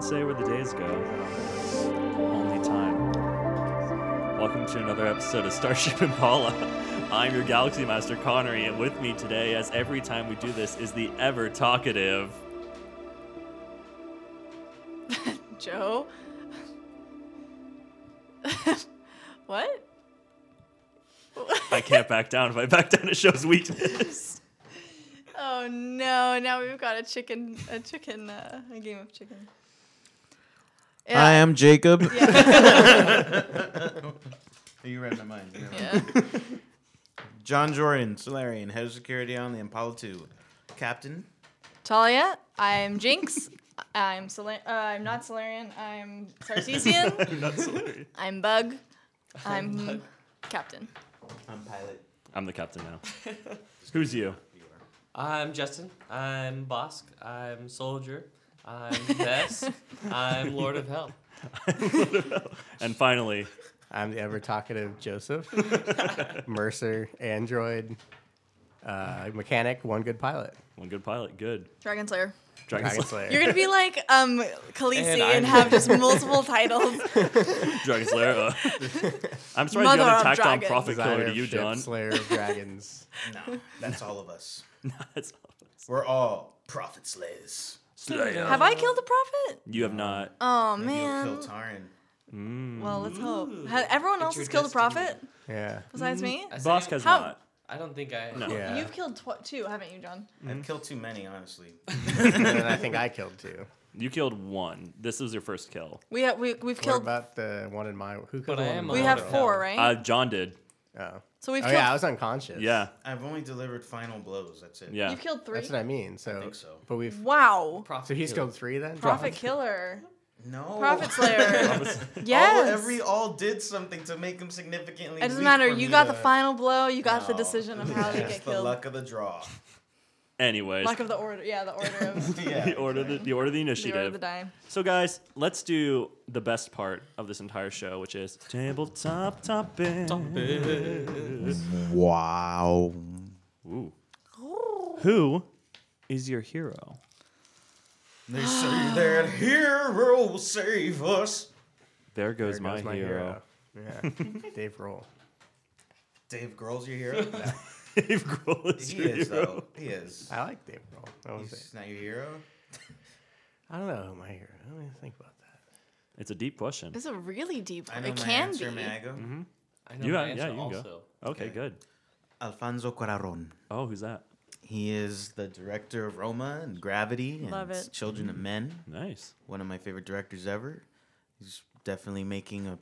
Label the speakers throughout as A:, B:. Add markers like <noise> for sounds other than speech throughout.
A: say where the days go. Only time. Welcome to another episode of Starship <laughs> Impala. I'm your Galaxy Master Connery, and with me today, as every time we do this, is the ever talkative.
B: Joe? <laughs> what? <laughs>
A: I can't back down. If I back down, it shows <laughs> weakness.
B: Oh no! Now we've got a chicken, a chicken, uh, a game of chicken.
C: I am Jacob.
B: Yeah.
C: <laughs> You read my mind.
B: yeah.
C: John Jordan, Solarian, head of security on the Impala 2. Captain.
B: Talia, I'm Jinx. I'm Solar- uh, I'm not Solarian. I'm
C: <laughs>
B: Sarcesian.
A: I'm not sorry.
B: I'm Bug. I'm Captain.
C: I'm pilot.
A: I'm the captain now. Who's you?
D: <laughs> I'm Justin. I'm Bosk. I'm Soldier. I'm Vess. I'm Lord of Hell.
A: And finally,
E: I'm the ever talkative
B: <laughs>
E: Joseph, Mercer, android, uh, mechanic, one good pilot,
A: one good pilot. Good.
B: Dragon Slayer.
A: Dragon,
E: Dragon
A: Slayer.
E: Slayer.
B: You're gonna be like um Khaleesi and,
D: And I'm-
B: have just multiple titles.
A: Dragon Slayer. <laughs> uh, I'm surprised
B: Mother
A: you haven't
B: of
A: tacked on
B: dragons.
A: Prophet Killer
E: Designer
A: to
E: of
A: you,
E: ships,
A: John.
E: Slayer of dragons.
C: No, that's all of us.
A: <laughs> That's-
C: We're all prophet slays.
B: Have I killed a prophet?
A: you have not.
B: Oh
C: You'll
B: man.
C: kill Taran.
B: Well, let's hope. Ha everyone else has
D: your
B: killed a
D: destiny.
B: prophet
E: yeah.
B: besides
C: Mm-hmm.
B: me.
D: I
A: Bosk
D: think-
A: has
B: How-
A: not.
D: I don't think I.
A: No.
E: Yeah.
B: You've killed tw- two, haven't you, John?
C: I've killed too many, honestly.
E: and then I think I killed two.
A: You killed one. This was your first kill.
B: We have we we've
E: What
B: killed.
E: about the one in my? Who
D: But
E: killed the
D: I
E: one
D: am
E: in
D: a-
B: we
D: Oh,
E: my-
B: have
D: no.
B: four, right?
A: Uh, John did.
E: Oh,
B: so we've
E: oh
B: killed.
E: yeah, I was unconscious.
A: Yeah.
C: I've only delivered final blows. That's it.
A: Yeah.
B: You've killed three.
E: That's what I mean. So,
C: think so.
E: but we've.
B: Wow.
D: Prophet
E: So he's
D: killer.
E: killed three then.
B: Prophet killer.
C: No. <laughs>
B: Prophet slayer. <laughs>
C: All,
B: yes.
C: every all did something to make them significantly.
B: it doesn't
C: weak
B: matter.
C: for
B: You
C: me
B: got
C: to-
B: the final blow. You got the
C: No.
B: decision of how to
C: That's
B: get
C: the
B: killed. Luck.
C: luck of the <laughs> draw.
A: Anyways,
B: of the order. Yeah, the order of
C: yeah.
A: <laughs> the order, of the, the order of the
B: the order of
A: initiative.
B: the
C: <gasps>
B: die.
A: so, guys, let's do the best part of this entire show, which is tabletop topic. <laughs>
C: Wow.
A: Ooh. Who is your hero?
C: They say that hero will save us.
A: There goes,
E: There
A: my,
E: goes my
A: hero.
E: hero. Yeah. Dave Roll.
C: Dave Grohl's
A: <laughs>
C: your hero? No,
A: <laughs> Dave Grohl is
C: he
A: your
C: is,
A: hero.
C: though. He is.
E: I like Dave Roll. I, was
C: He's not your hero?
E: I don't know who my hero. I don't even think about that.
A: It's a deep question.
B: It's a really deep.
C: I know
B: It
C: my
B: can
C: answer.
B: be.
C: May I go?
A: Mm-hmm.
D: I know
A: You
D: my
A: have- yeah,
D: answer
A: you can go.
D: also.
A: Okay,
C: Okay.
A: good.
C: Alfonso Cuarón.
A: Oh, who's that?
C: He is the director of Roma and Gravity and
B: Love it.
C: Children
A: Mm-hmm.
C: of Men.
A: Nice.
C: One of my favorite directors ever. He's definitely making a.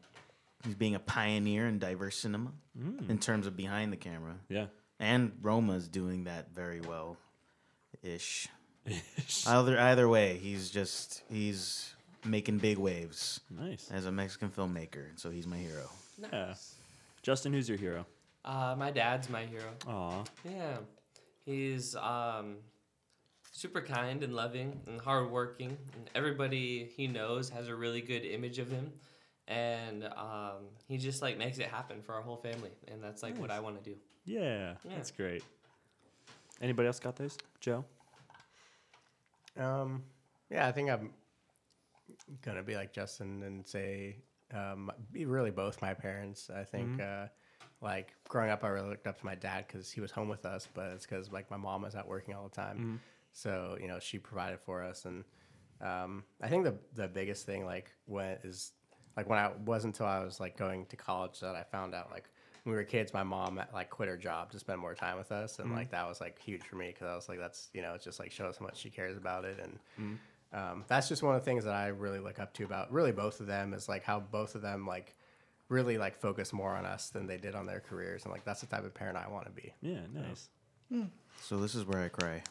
C: He's being a pioneer in diverse cinema
A: Mm.
C: in terms of behind the camera.
A: Yeah. <laughs>
C: And Roma's doing that very well, ish. Either either way, he's just he's making big waves
A: Nice.
C: as a Mexican filmmaker, and so he's my hero.
A: Yeah. Justin, who's your hero?
D: Uh, my dad's my hero.
A: Aw.
D: Yeah. He's um, super kind and loving and hardworking. And everybody he knows has a really good image of him. And um, he just like makes it happen for our whole family. And that's like what I want to do.
A: Mm-hmm. Yeah, that's great. Anybody else got those? Joe?
E: Um, yeah, I think I'm gonna be like Justin and say, um, be really both my parents. I think, uh, like growing up, I really looked up to my dad because he was home with us, but it's because like my mom was out working all the time, so you know she provided for us. And um, I think the the biggest thing like when is like when I wasn't until I was like going to college that I found out like when we were kids, my mom like quit her job to spend more time with us, and like that was like huge for me because I was like, that's you know, it just like shows how much she cares about it, and um, that's just one of the things that I really look up to about really both of them is like how both of them like really like focus more on us than they did on their careers, and like that's the type of parent I want to be.
A: Yeah, nice.
C: So this is where I cry.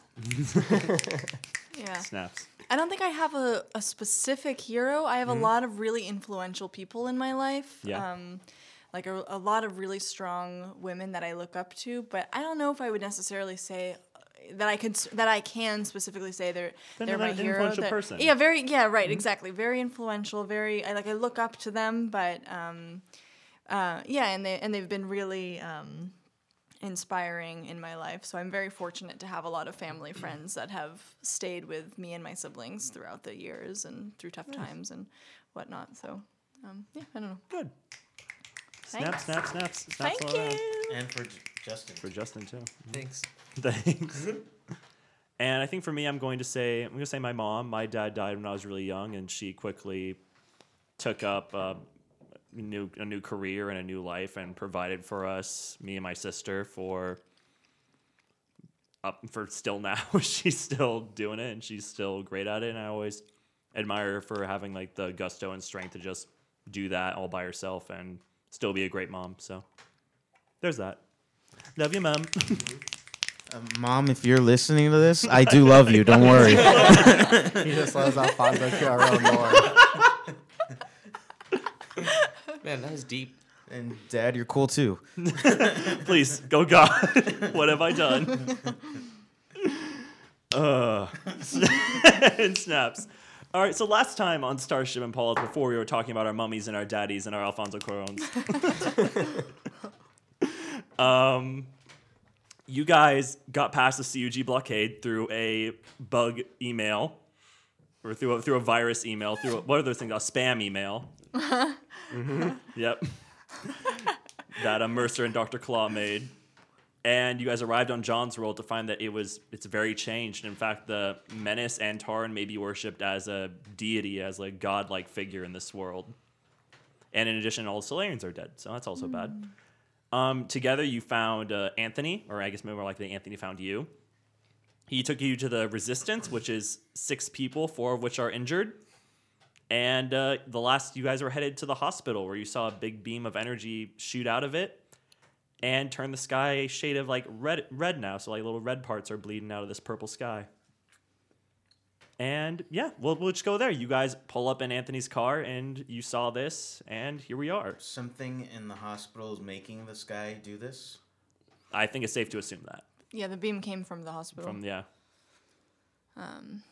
B: Yeah.
A: Snaps.
B: I don't think I have a, a specific hero. I have a lot of really influential people in my life.
A: Yeah.
B: Um, like a, a lot of really strong women that I look up to, but I don't know if I would necessarily say uh, that I could s- that I can specifically say they're
A: Then
B: they're
A: they're
B: my
A: an
B: hero.
A: influential
B: They're-
A: person. Mm-hmm.
B: Yeah, very yeah, right, exactly. Very influential, very I like I look up to them, but um uh yeah, and they and they've been really um inspiring in my life. So I'm very fortunate to have a lot of
A: Mm-hmm.
B: family friends that have stayed with me and my siblings throughout the years and through tough times and whatnot. So um, yeah, I don't know.
A: Good. Snap,
B: Thanks.
A: snap, snaps. snaps
B: Thank
A: all around.
B: you.
C: And for J- Justin.
A: For Justin, too.
D: Thanks.
A: <laughs> Thanks. And I think for me, I'm going to say I'm going to say my mom. My dad died when I was really young, and she quickly took up uh, a new a new career and a new life, and provided for us, me and my sister, for up for still now. <laughs> she's still doing it, and she's still great at it. And I always admire her for having like the gusto and strength to just do that all by herself and still be a great mom. So there's that. Love you, mom. <laughs>
C: Uh, Mom, if you're listening to this, I do love you. Don't worry. <laughs>
E: He just loves Alfonso Cuarón more.
D: Man, that was deep.
C: and Dad, you're cool too.
A: Please, go God. <laughs> what have I done? uh, <laughs> and snaps. All right, so last time on Starship and Paulus, before we were talking about our mummies and our daddies and our Alfonso Cuarons. <laughs> um, you guys got past the CUG blockade through a bug email, or through a, through a virus email, through a, what are those things? A spam email. Yep. that uh, Mercer and Dr. Claw made. And you guys arrived on John's World to find that it was it's very changed. In fact, the menace and Tarn may be worshipped as a deity, as a godlike figure in this world. And in addition, all the Solarians are dead, so that's also bad. Um, together, you found uh, Anthony, or I guess maybe more likely Anthony found you. He took you to the Resistance, which is six people, four of which are injured. And uh, the last, you guys were headed to the hospital where you saw a big beam of energy shoot out of it and turn the sky a shade of like red, red now. So like little red parts are bleeding out of this purple sky. And yeah, we'll, we'll just go there. You guys pull up in Anthony's car and you saw this, and here we are.
C: Something in the hospital is making this guy do this.
A: I think it's safe to assume that.
B: Yeah, the beam came from the hospital.
A: From yeah,
B: um,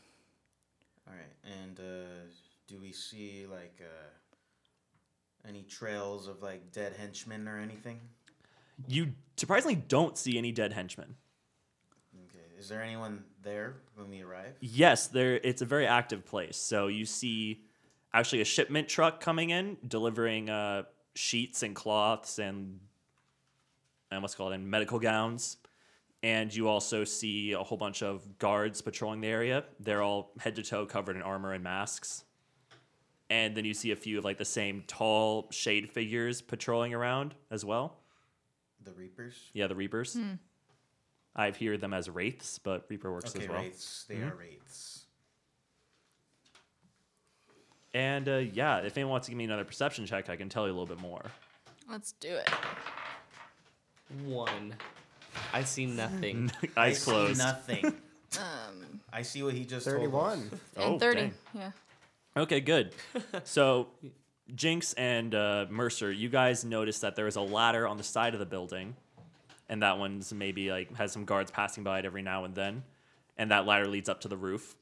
C: All right. And uh, do we see like uh, any trails of like dead henchmen or anything?
A: you surprisingly don't see any dead henchmen.
C: Okay. Is there anyone there when we arrive?
A: Yes, there. It's a very active place. So you see, actually, a shipment truck coming in delivering uh, sheets and cloths and and what's called in medical gowns. And you also see a whole bunch of guards patrolling the area. They're all head to toe covered in armor and masks. And then you see a few of like the same tall shade figures patrolling around as well.
C: The Reapers.
A: Yeah, the Reapers. I hear them as wraiths, but Reaper works
C: Okay,
A: as well. Mm-hmm.
C: wraiths. They are wraiths.
A: And uh, yeah, if anyone wants to give me another perception check, I can tell you a little bit more. <laughs>
B: let's do it.
D: One. I
A: <laughs>
D: see nothing.
C: I
A: Eyes
C: see
A: closed. <laughs>
C: nothing.
B: Um,
C: I see what he just told us.
E: Thirty-one.
B: and
A: Oh,
B: 30.
A: dang.
B: Yeah.
A: Okay, good. so, Jinx and uh, Mercer, you guys noticed that there is a ladder on the side of the building, and that one's maybe like has some guards passing by it every now and then, and that ladder leads up to the roof.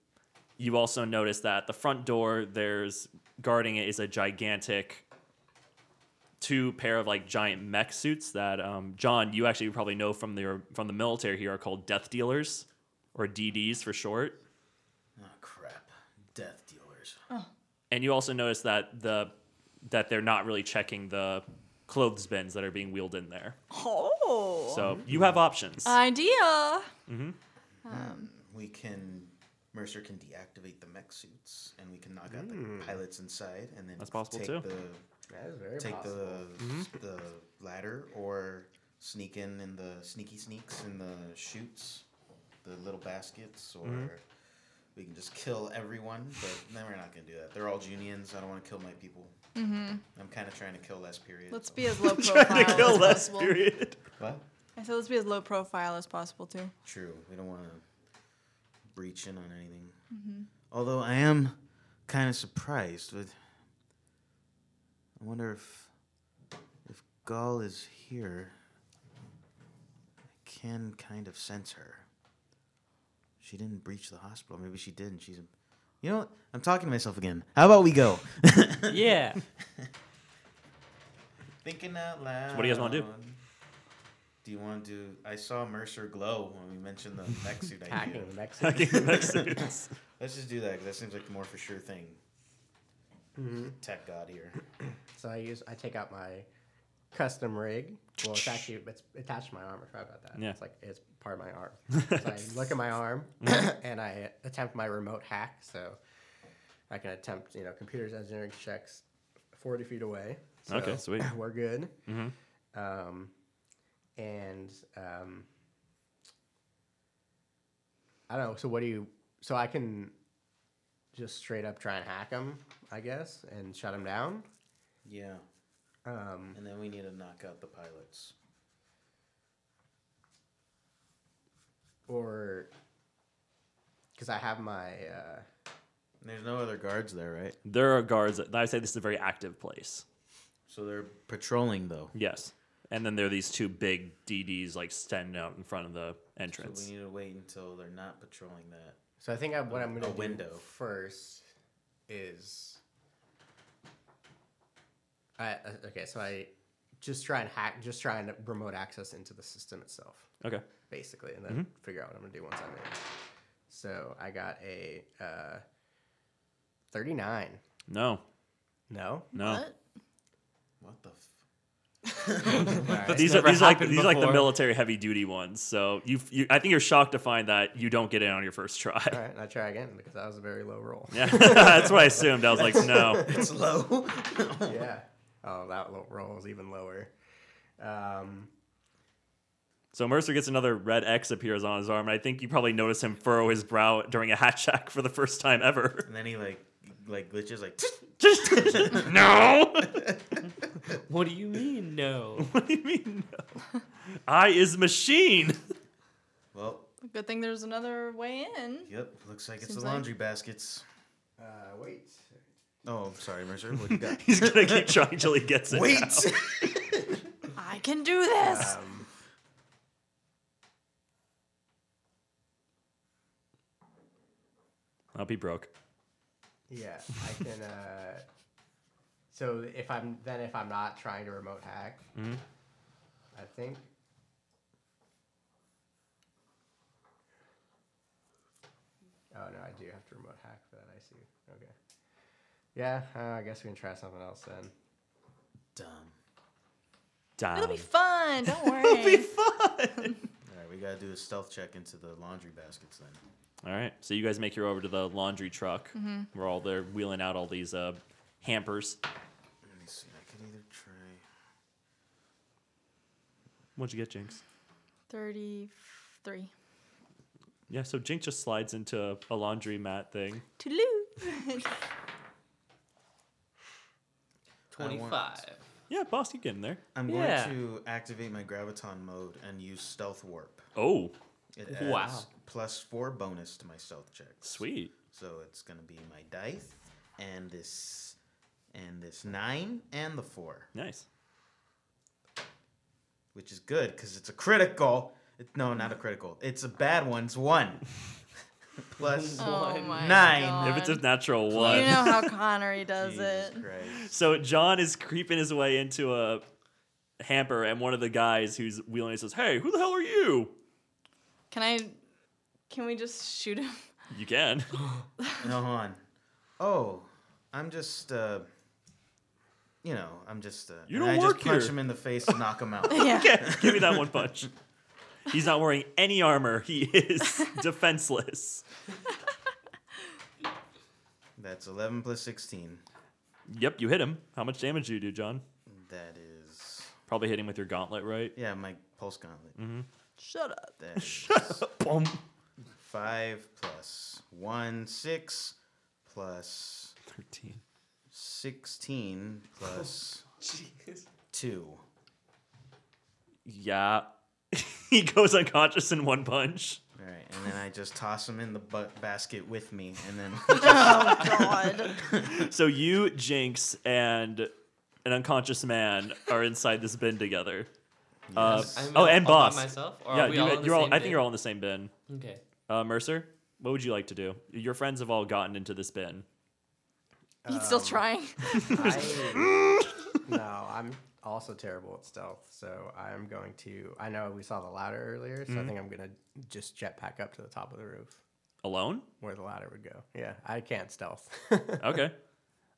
A: You also notice that the front door, there's guarding it is a gigantic two pair of like giant mech suits that um, John, you actually probably know from the from the military here are called death dealers, or DDs for short.
C: Oh crap! Death dealers.
A: and you also notice that the that they're not really checking the clothes bins that are being wheeled in there.
B: Oh.
A: So you have options.
B: Idea.
C: We can. Mercer can deactivate the mech suits, and we can knock out
A: Mm.
C: the pilots inside, and then
A: That's possible
C: take
A: too.
C: the
E: That is very
C: take <laughs> the the ladder or sneak in in the sneaky sneaks in the chutes, the little baskets, or we can just kill everyone. But then we're not gonna do that. They're all Junians. I don't want to kill my people. Mm-hmm. I'm kind of trying to kill less. Period.
B: Let's
C: so-
A: <laughs>
B: be as low profile
A: to <laughs> kill
B: as
A: less
B: possible.
A: period. <laughs>
C: What?
B: I said let's be as low profile as possible too.
C: True. We don't want to breach in on anything. Although I am kind of surprised with. I wonder if if Gall is here. I can kind of sense her. She didn't breach the hospital. Maybe she did. And she's. A, you know, what? I'm talking to myself again. How about we go?
D: yeah.
C: <laughs> Thinking out loud.
A: what do you guys wanna do?
C: Do you want to do? I saw Mercer glow when we mentioned the mech suit idea. <laughs>
E: <laughs> Hacking the Mexican.
A: Hacking the mech suits.
C: Let's just do that because that seems like the more for sure thing. Tech god here.
E: So I use I take out my custom rig. Well, it's actually it's attached to my arm. I forgot about that.
A: Yeah.
E: It's like it's part of
A: <laughs>
E: my arm. so I look at my arm
A: Mm-hmm.
E: and I attempt my remote hack. So I can attempt you know computers engineering checks forty feet away. So
A: Okay, sweet.
E: <laughs>
A: Mm-hmm.
E: We're good. Um, and um, I don't know. So what do you? So I can just straight up try and hack them, I guess, and shut them down.
C: Yeah,
E: Um,
C: and then we need to knock out the pilots.
E: or because I have my uh,
C: And there's no other guards there, right?
A: There are guards. I say this is a very active place.
C: So they're patrolling though.
A: Yes. And then there are these two big DDs like standing out in front of the
C: So
A: entrance.
C: we need to wait until they're not patrolling that.
E: so I think I, what I'm gonna
C: A
E: do
C: window.
E: first is I uh, okay. So I just try and hack, just try and remote access into the system itself,
A: okay.
E: basically, and then figure out what I'm gonna do once I'm in. So I got a uh, 39.
A: No.
E: No,
A: No.
B: What?
C: What the? F-
E: Alright.
A: These are
D: never
A: these are like
D: happened
A: these are like the
D: before.
A: military heavy duty ones. So you, you I think you're shocked to find that you don't get in on your first try.
E: All right, and I try again because that was a very low roll.
A: <laughs> Yeah, <laughs> that's what I assumed. I was like, no.
C: <laughs> it's low.
E: <laughs> yeah. Oh, that lo- roll is even lower. Um,
A: So Mercer gets another red X appears on his arm, and I think you probably notice him furrow his brow during a hat check for the first time ever. <laughs>
C: and then he like like glitches like.
A: no. <laughs>
D: What do you mean, no?
A: what do you mean? No? I is machine. <laughs>
C: well,
B: Good thing there's another way in.
C: yep. Looks like it's
B: Seems
C: the
B: like-
C: laundry baskets.
E: uh, wait.
C: Oh, sorry, Mercer. What do you got?
A: He's gonna keep trying till he gets it.
C: <laughs> Wait.
A: now.
B: I can do this.
E: Um,
A: I'll be Oh, broke.
E: yeah, I can. Uh, so if I'm then if I'm not trying to remote hack, I think. Oh no, I do have to remote hack for that. I see. Okay. Yeah, uh, I guess we can try something else then.
C: <laughs> Dumb.
A: Damn.
B: It'll be fun. Don't
A: <laughs>
B: worry.
C: All right, we gotta do a stealth check into the laundry baskets then.
A: All right. So you guys make your way over to the laundry truck
B: Mm-hmm.
A: where all they're wheeling out all these uh, hampers.
C: Let me see. I could either try.
A: What'd you get, Jinx?
B: Thirty-three.
A: Yeah. So Jinx just slides into a laundry mat thing. <laughs> Oh
B: Toodaloo.
D: 25.
A: Yeah, boss, you get in there.
C: I'm
D: Yeah.
C: going to activate my graviton mode and use stealth warp.
A: Oh,
C: It adds
D: Wow.
C: plus four bonus to my stealth check.
A: sweet.
C: So it's gonna be my dice and this and this nine and the four,
A: Nice.
C: which is good because it's a critical. It, no, not a critical. It's a bad one. It's one <laughs> plus.
B: oh my
C: Nine.
B: God.
A: If it's a natural
B: Um, you
A: one.
B: know
A: <laughs>
B: how Connery does
C: Jesus
B: it.
C: Christ.
A: So John is creeping his way into a hamper, and one of the guys who's wheeling it says, "Hey, who the hell are you?"
B: Can I? Can we just
A: <laughs>
B: shoot him?
A: You can.
C: No, hold on. Oh, I'm just. Uh, you know, I'm just. Uh,
A: You
C: and
A: don't
C: I
A: work
C: just punch
A: here.
C: him in the face and knock
A: <laughs>
C: him out.
B: yeah.
A: Yeah, give me that one punch. He's not wearing any armor. He is <laughs> defenseless.
C: That's 11 plus 16.
A: Yep, you hit him. How much damage do you do, John?
C: That is.
A: Probably hit him with your gauntlet, right?
C: Yeah, my pulse gauntlet.
B: Shut up.
C: That is
A: Boom.
C: five plus one, six plus
A: 13.
C: 16 plus
D: Jeez.
C: two.
A: Yeah. <laughs> he goes unconscious in one punch.
C: All right, and then I just toss him in the bu- basket with me, and then
B: Oh God.
A: So you, Jinx, and an unconscious man are inside this bin together. Uh,
D: I'm
A: oh,
D: all-
A: and
D: all by
A: boss.
D: myself? Or
A: yeah,
D: are we
A: you,
D: all in the
A: you're all.
D: same
A: I think
D: bin?
A: you're all in the same bin. <laughs>
D: Okay.
A: Uh, Mercer, what would you like to do? Your friends have all gotten into this bin.
B: He's still trying.
E: I, no, I'm also terrible at stealth, so I'm going to. I know we saw the ladder earlier, so I think I'm gonna just jetpack up to the top of the roof
A: Alone?
E: where the ladder would go. Yeah, I can't stealth. <laughs>
A: Okay.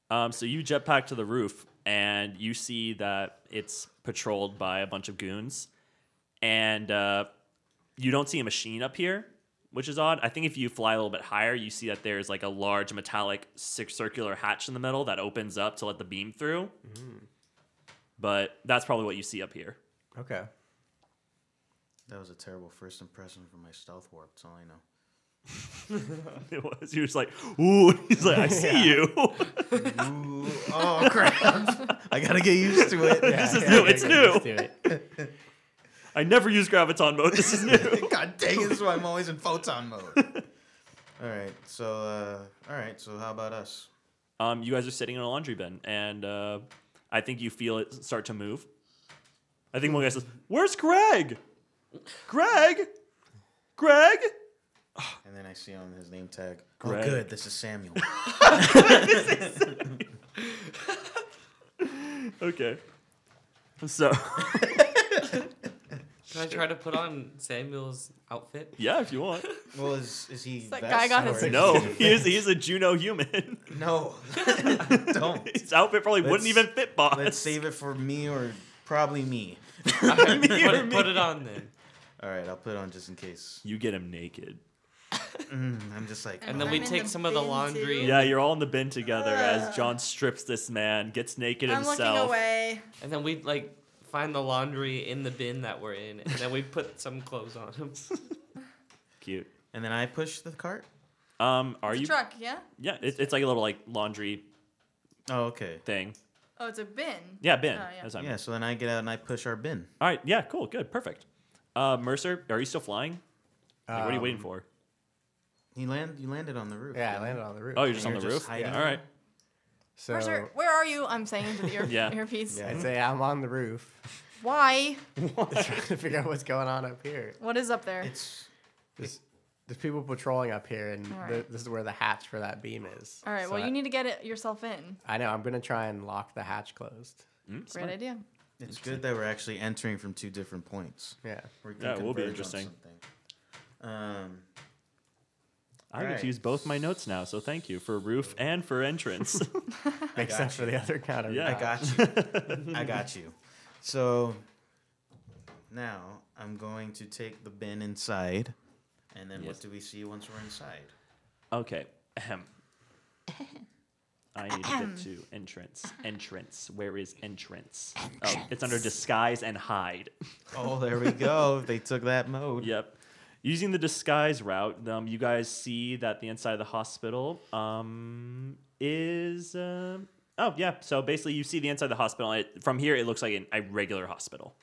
A: Um, so you jetpack to the roof, and you see that it's patrolled by a bunch of goons, and uh, you don't see a machine up here, which is odd. I think if you fly a little bit higher, you see that there's like a large metallic six circular hatch in the middle that opens up to let the beam through. But that's probably what you see up here. <laughs>
E: okay.
C: That was a terrible first impression from my stealth warp. That's all I know.
A: It was he was like, "Ooh," <laughs> he's like, "I see you." <laughs>
C: Ooh, oh crap! <laughs> I gotta get used to it.
A: This is
E: Yeah,
A: new.
E: yeah,
A: It's
E: yeah,
A: new.
E: let's do it.
A: I never use graviton mode. This
C: <laughs>
A: is new.
C: God dang it! This is why I'm always in photon mode. all right, so uh, all right, so how about us?
A: um, you guys are sitting in a laundry bin, and uh, I think you feel it start to move. I think one guy says, "Where's Greg? Greg? Greg?"
C: And then I see on his name tag.
A: Greg.
C: Oh, good. This
A: <laughs>
C: is Samuel.
A: Okay. So
D: Can I try to put on Samuel's
A: <laughs>
D: outfit?
A: <laughs> yeah, if you want.
C: well, is is he?
B: That
C: vest
B: guy got
C: or
B: his-
C: is
A: No,
C: he-
A: he
C: <laughs>
A: is he is a Juno human.
C: No, <laughs> don't.
A: His outfit probably wouldn't
C: Let's-
A: even fit Boss. <laughs>
C: Let's save it for me or probably me.
D: Alright,
A: Me
C: <laughs>
D: put,
A: or
D: it, put
A: me?
D: it on then.
C: All right, I'll put it on just in case.
A: You get him naked.
C: Mm, I'm just like.
D: And
C: oh,
D: then we
F: I'm in
D: take
F: the
D: some of the
F: bin,
D: laundry.
F: too.
A: Yeah, you're all in the bin together as John strips this man, gets naked
F: Ah. I'm
A: himself.
F: looking away.
D: And then we like find the laundry in the bin that we're in, and then we put some clothes
A: <laughs>
D: on him.
A: Cute.
C: and then I push the cart.
A: Um, are
B: It's a
A: you?
B: truck, yeah?
A: Yeah, it, it's like a little like laundry
C: Oh, okay.
A: thing.
B: Oh, it's a bin.
A: Yeah, bin.
B: Oh, yeah.
A: That's what I meant.
C: Yeah, so then I get out and I push our bin.
A: All right. Yeah. Cool. Good. Perfect. Uh, Mercer, are you still flying? Like, what are you waiting
E: Um,
A: for?
C: He land. You landed on the roof.
E: Yeah, I
C: didn't
E: landed on the roof.
A: Oh, you're just on
C: you're
A: the
C: just
A: roof.
C: hiding.
A: All right.
E: so.
B: Where's her- where are you? I'm saying into the ear-
A: <laughs> Yeah.
B: earpiece.
C: Yeah.
E: I
A: Hmm?
E: say I'm on the roof,
B: <laughs>
E: <laughs>
B: Why?
E: trying to figure out what's going on up here.
B: What is up
C: you?
B: there?
C: It's
E: There's, there's people patrolling up here, and
B: All
E: th-
B: right.
E: this is where the hatch for that beam is.
B: All right,
E: So
B: well,
E: I-
B: you need to get it yourself in.
E: I know. I'm gonna try and lock the hatch closed.
A: Hmm,
B: Great idea.
C: it's good that we're actually entering from two different points.
B: <laughs>
E: Yeah.
C: We can
A: Yeah, it will be
C: converge on
A: interesting.
C: something. Um,
A: I get
C: right.
A: to use both my notes now, so thank you for roof and for
C: <laughs>
A: entrance.
E: Except for the other counter.
A: Yeah.
E: Uh,
C: I got you. <laughs> I got you. So now I'm going to take the bin inside, and then
A: Yes.
C: what do we see once we're inside?
A: okay.
B: <laughs>
A: Ahem. I need to get to entrance. Entrance. Where is entrance? Oh, it's under disguise and hide.
C: Oh, there we go. they took that mode.
A: Yep. Using the disguise route, um, you guys see that the inside of the hospital um, is. um oh, yeah. So basically, you see the inside of the hospital. and It, from here, it looks like an, a regular hospital.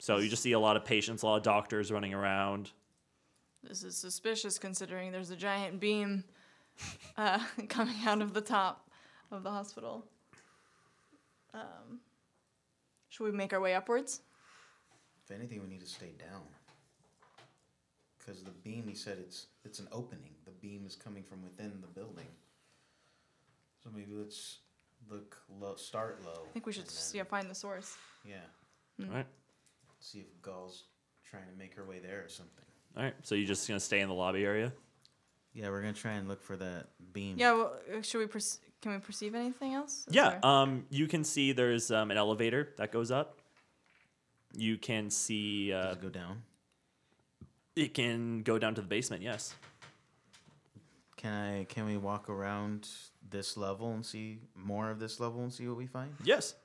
A: So you just see a lot of patients, a lot of doctors running around.
B: This is suspicious considering there's a giant beam uh, <laughs> coming out of the top of the hospital. Um, should we make our way upwards?
C: If anything, we need to stay down. Because the beam, he said it's it's an opening. The beam is coming from within the building. So maybe let's look low, start low.
B: I think we should
C: and
B: just
C: then-
B: yeah, find the source.
C: Yeah.
A: All right.
C: See if Gull's trying to make her way there or something.
A: All right. So you're just going to stay in the lobby area?
C: Yeah, we're gonna try and look for that beam.
B: Yeah, well, uh, should we perce- can we perceive anything else? Is
A: Yeah.
B: there-
A: Um, you can see there's um, an elevator that goes up. You can see uh,
C: Does it go down?
A: it can go down to the basement, yes.
C: Can I? Can we walk around this level and see more of this level and see what we find?
A: Yes.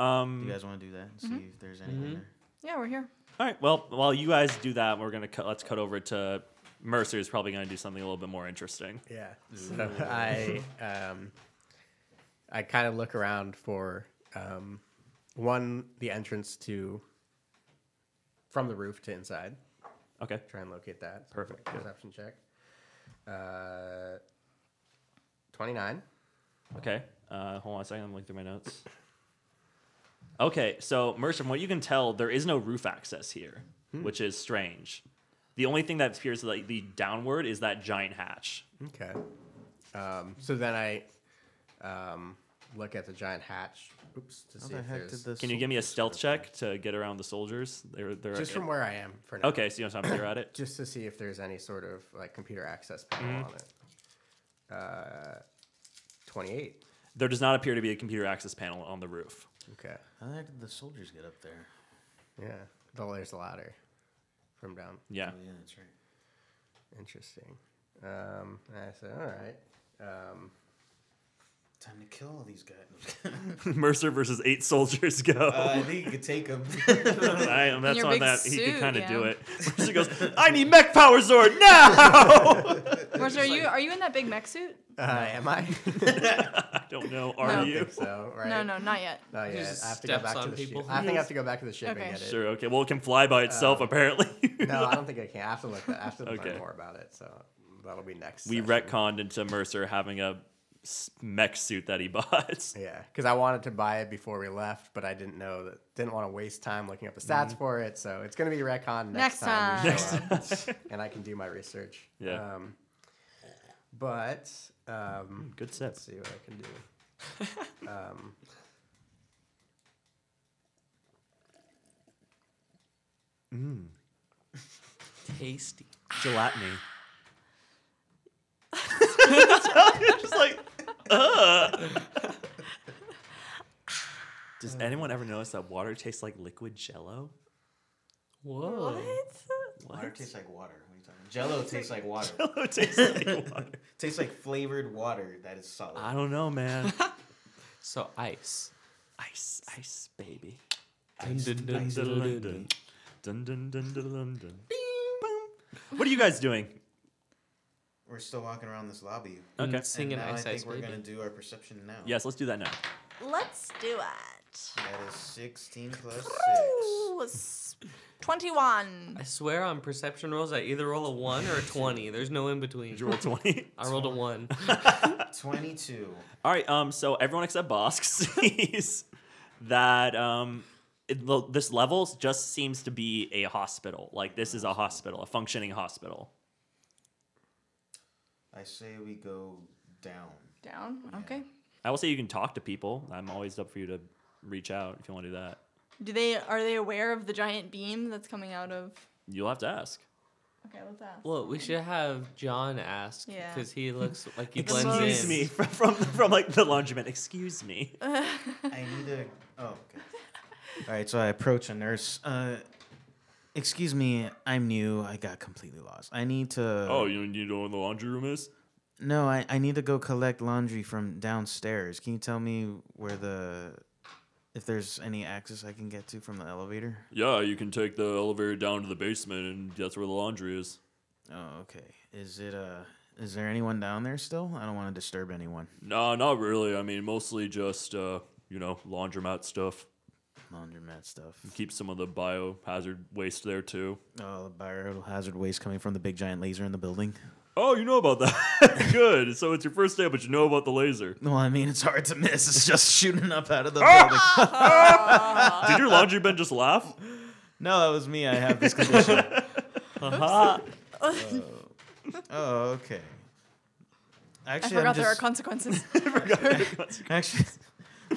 C: Do
A: Um,
C: you guys want to do that and see if there's anything there?
B: yeah, we're here.
A: All right. Well, while you guys do that, we're gonna cut, let's cut over to Mercer. Is probably gonna do something a little bit more interesting.
E: Yeah. So I um, I kind of look around for um, one the entrance to from the roof to inside.
A: Okay.
E: Try and locate that. So
A: Perfect.
E: Perception check. Uh, Twenty nine.
A: Okay. Uh, hold on a second. I'm looking through my notes. Okay. So Mercer, from what you can tell, there is no roof access here,
E: Hmm.
A: which is strange. The only thing that appears like the downward is that giant hatch.
E: Okay. Um, so then I um, look at the giant hatch. Oops. To
C: How
E: see
C: the
E: if
C: heck did
E: there's
C: the
A: Can you give me a
C: soldiers
A: stealth
C: get up
A: check to get around the soldiers? They're they're
E: just from where I am for now.
A: okay. So you don't have time to figure at it.
E: <coughs> Just to see if there's any sort of like computer access panel on it. Uh, twenty-eight.
A: There does not appear to be a computer access panel on the roof.
E: Okay.
C: there? How the heck did the soldiers get up there?
E: Yeah. Well, there's a ladder from down.
A: Yeah.
C: Oh, yeah, that's right.
E: Interesting. Um, and I said, all right. Um,
C: Time to kill all these guys.
A: <laughs>
C: <laughs>
A: Mercer versus eight soldiers go.
C: uh, I think you could take <laughs> them.
A: <laughs> I am. That's
B: your
A: on
B: big
A: that. he can
B: suit,
A: kind of
B: yeah.
A: do it. Mercer goes, I need mech power sword now. <laughs>
B: Marcia, are you are you in that big mech suit?
E: uh, am <laughs> I?
A: I don't know.
B: No.
A: Are
B: I
E: I
A: you?
E: think so, right?
B: No, no, not yet.
E: Not yet.
D: just
E: I have to go
D: steps
E: back to
D: on
E: the ship.
D: people.
E: I think I have to go back to the ship
B: Okay.
E: and get it.
A: Sure. Okay. Well, it can fly by itself apparently.
E: No, I don't think I can. I have to look. That. I have to
A: Okay.
E: learn more about it. So that'll be
A: <laughs>
E: next.
A: we
E: session.
A: retconned into Mercer having a s- mech suit that he <laughs> bought.
E: Yeah, because I wanted to buy it before we left, but I didn't know that. Didn't want to waste time looking up the stats for it. So it's gonna be retcon
B: Next
E: next, time. we show
B: time.
E: up, and I can do my research.
A: Yeah.
E: Um, but um,
A: Good sip.
E: let's see what I can do. um,
D: Tasty.
A: <sighs>
B: <laughs>
A: Gelatiny.
D: Just like
A: Does anyone ever notice that water tastes like liquid jello?
D: whoa.
C: Water
A: <laughs>
C: tastes like water. What are you talking about? Jello tastes like water.
A: Jello tastes like water.
C: tastes like flavored water that is solid.
A: I don't know,
D: <laughs>
A: man.
D: So ice.
A: ice, ice, baby.
D: Dun, dun, dun,
A: Ice,
D: dun, dun,
A: London. Dun,
D: dun.
A: dun, dun, dun, dun, dun. Boom. What are you guys doing?
C: We're still walking around this lobby.
A: Okay.
D: And Mm, Singing
C: and now
D: ice
C: I think
D: ice
C: we're
D: baby.
C: gonna do our perception now.
A: Yes, let's do that now.
B: Let's do it.
C: That is sixteen plus six.
B: Ooh, s- Twenty-one.
D: I swear on perception rolls, I either roll a one or a twenty. There's no in between.
A: Did
D: <laughs>
A: you roll 20?
D: I rolled a
A: <laughs>
D: one.
C: Twenty-two.
A: All right. Um. So everyone except Bosk <laughs> sees that um, it, lo- this level just seems to be a hospital. Like this is a hospital, a functioning hospital.
C: I say we go down.
B: Down. Okay.
A: I will say you can talk to people. I'm always up for you to reach out if you want to do that.
B: Do they are they aware of the giant beam that's coming out of?
A: You'll have to ask.
B: Okay, let's ask.
D: Well, we should have John ask
B: Yeah.
D: because he looks like he blends in.
A: Excuse me <laughs> from from, from like the laundromat. Excuse me.
C: I need a. Oh, okay. All right, so I approach a nurse. Uh, excuse me, I'm new. I got completely lost. I need to.
A: Oh, you you know where the laundry room is?
C: No, I, I need to go collect laundry from downstairs. Can you tell me where the if there's any access I can get to from the elevator?
A: Yeah, you can take the elevator down to the basement, and that's where the laundry is.
C: Oh, okay. Is it uh is there anyone down there still? I don't want to disturb anyone.
A: No, not really. I mean, mostly just uh, you know, laundromat stuff.
C: Laundromat stuff.
A: keep some of the biohazard waste there too.
C: Oh, the biohazard waste coming from the big giant laser in the building.
A: Oh, you know about that. <laughs> Good. So it's your first day, but you know about the laser.
C: Well, I mean, it's hard to miss. It's just
A: <laughs>
C: shooting up out of the
A: Ah!
C: building.
A: Did your laundry bin just laugh? <laughs>
C: No, that was me. I have this condition. Uh-huh.
A: Haha.
C: oh, okay.
B: I
C: Actually,
B: forgot
C: I'm
B: there are
C: just,
B: consequences.
A: <laughs>
C: actually,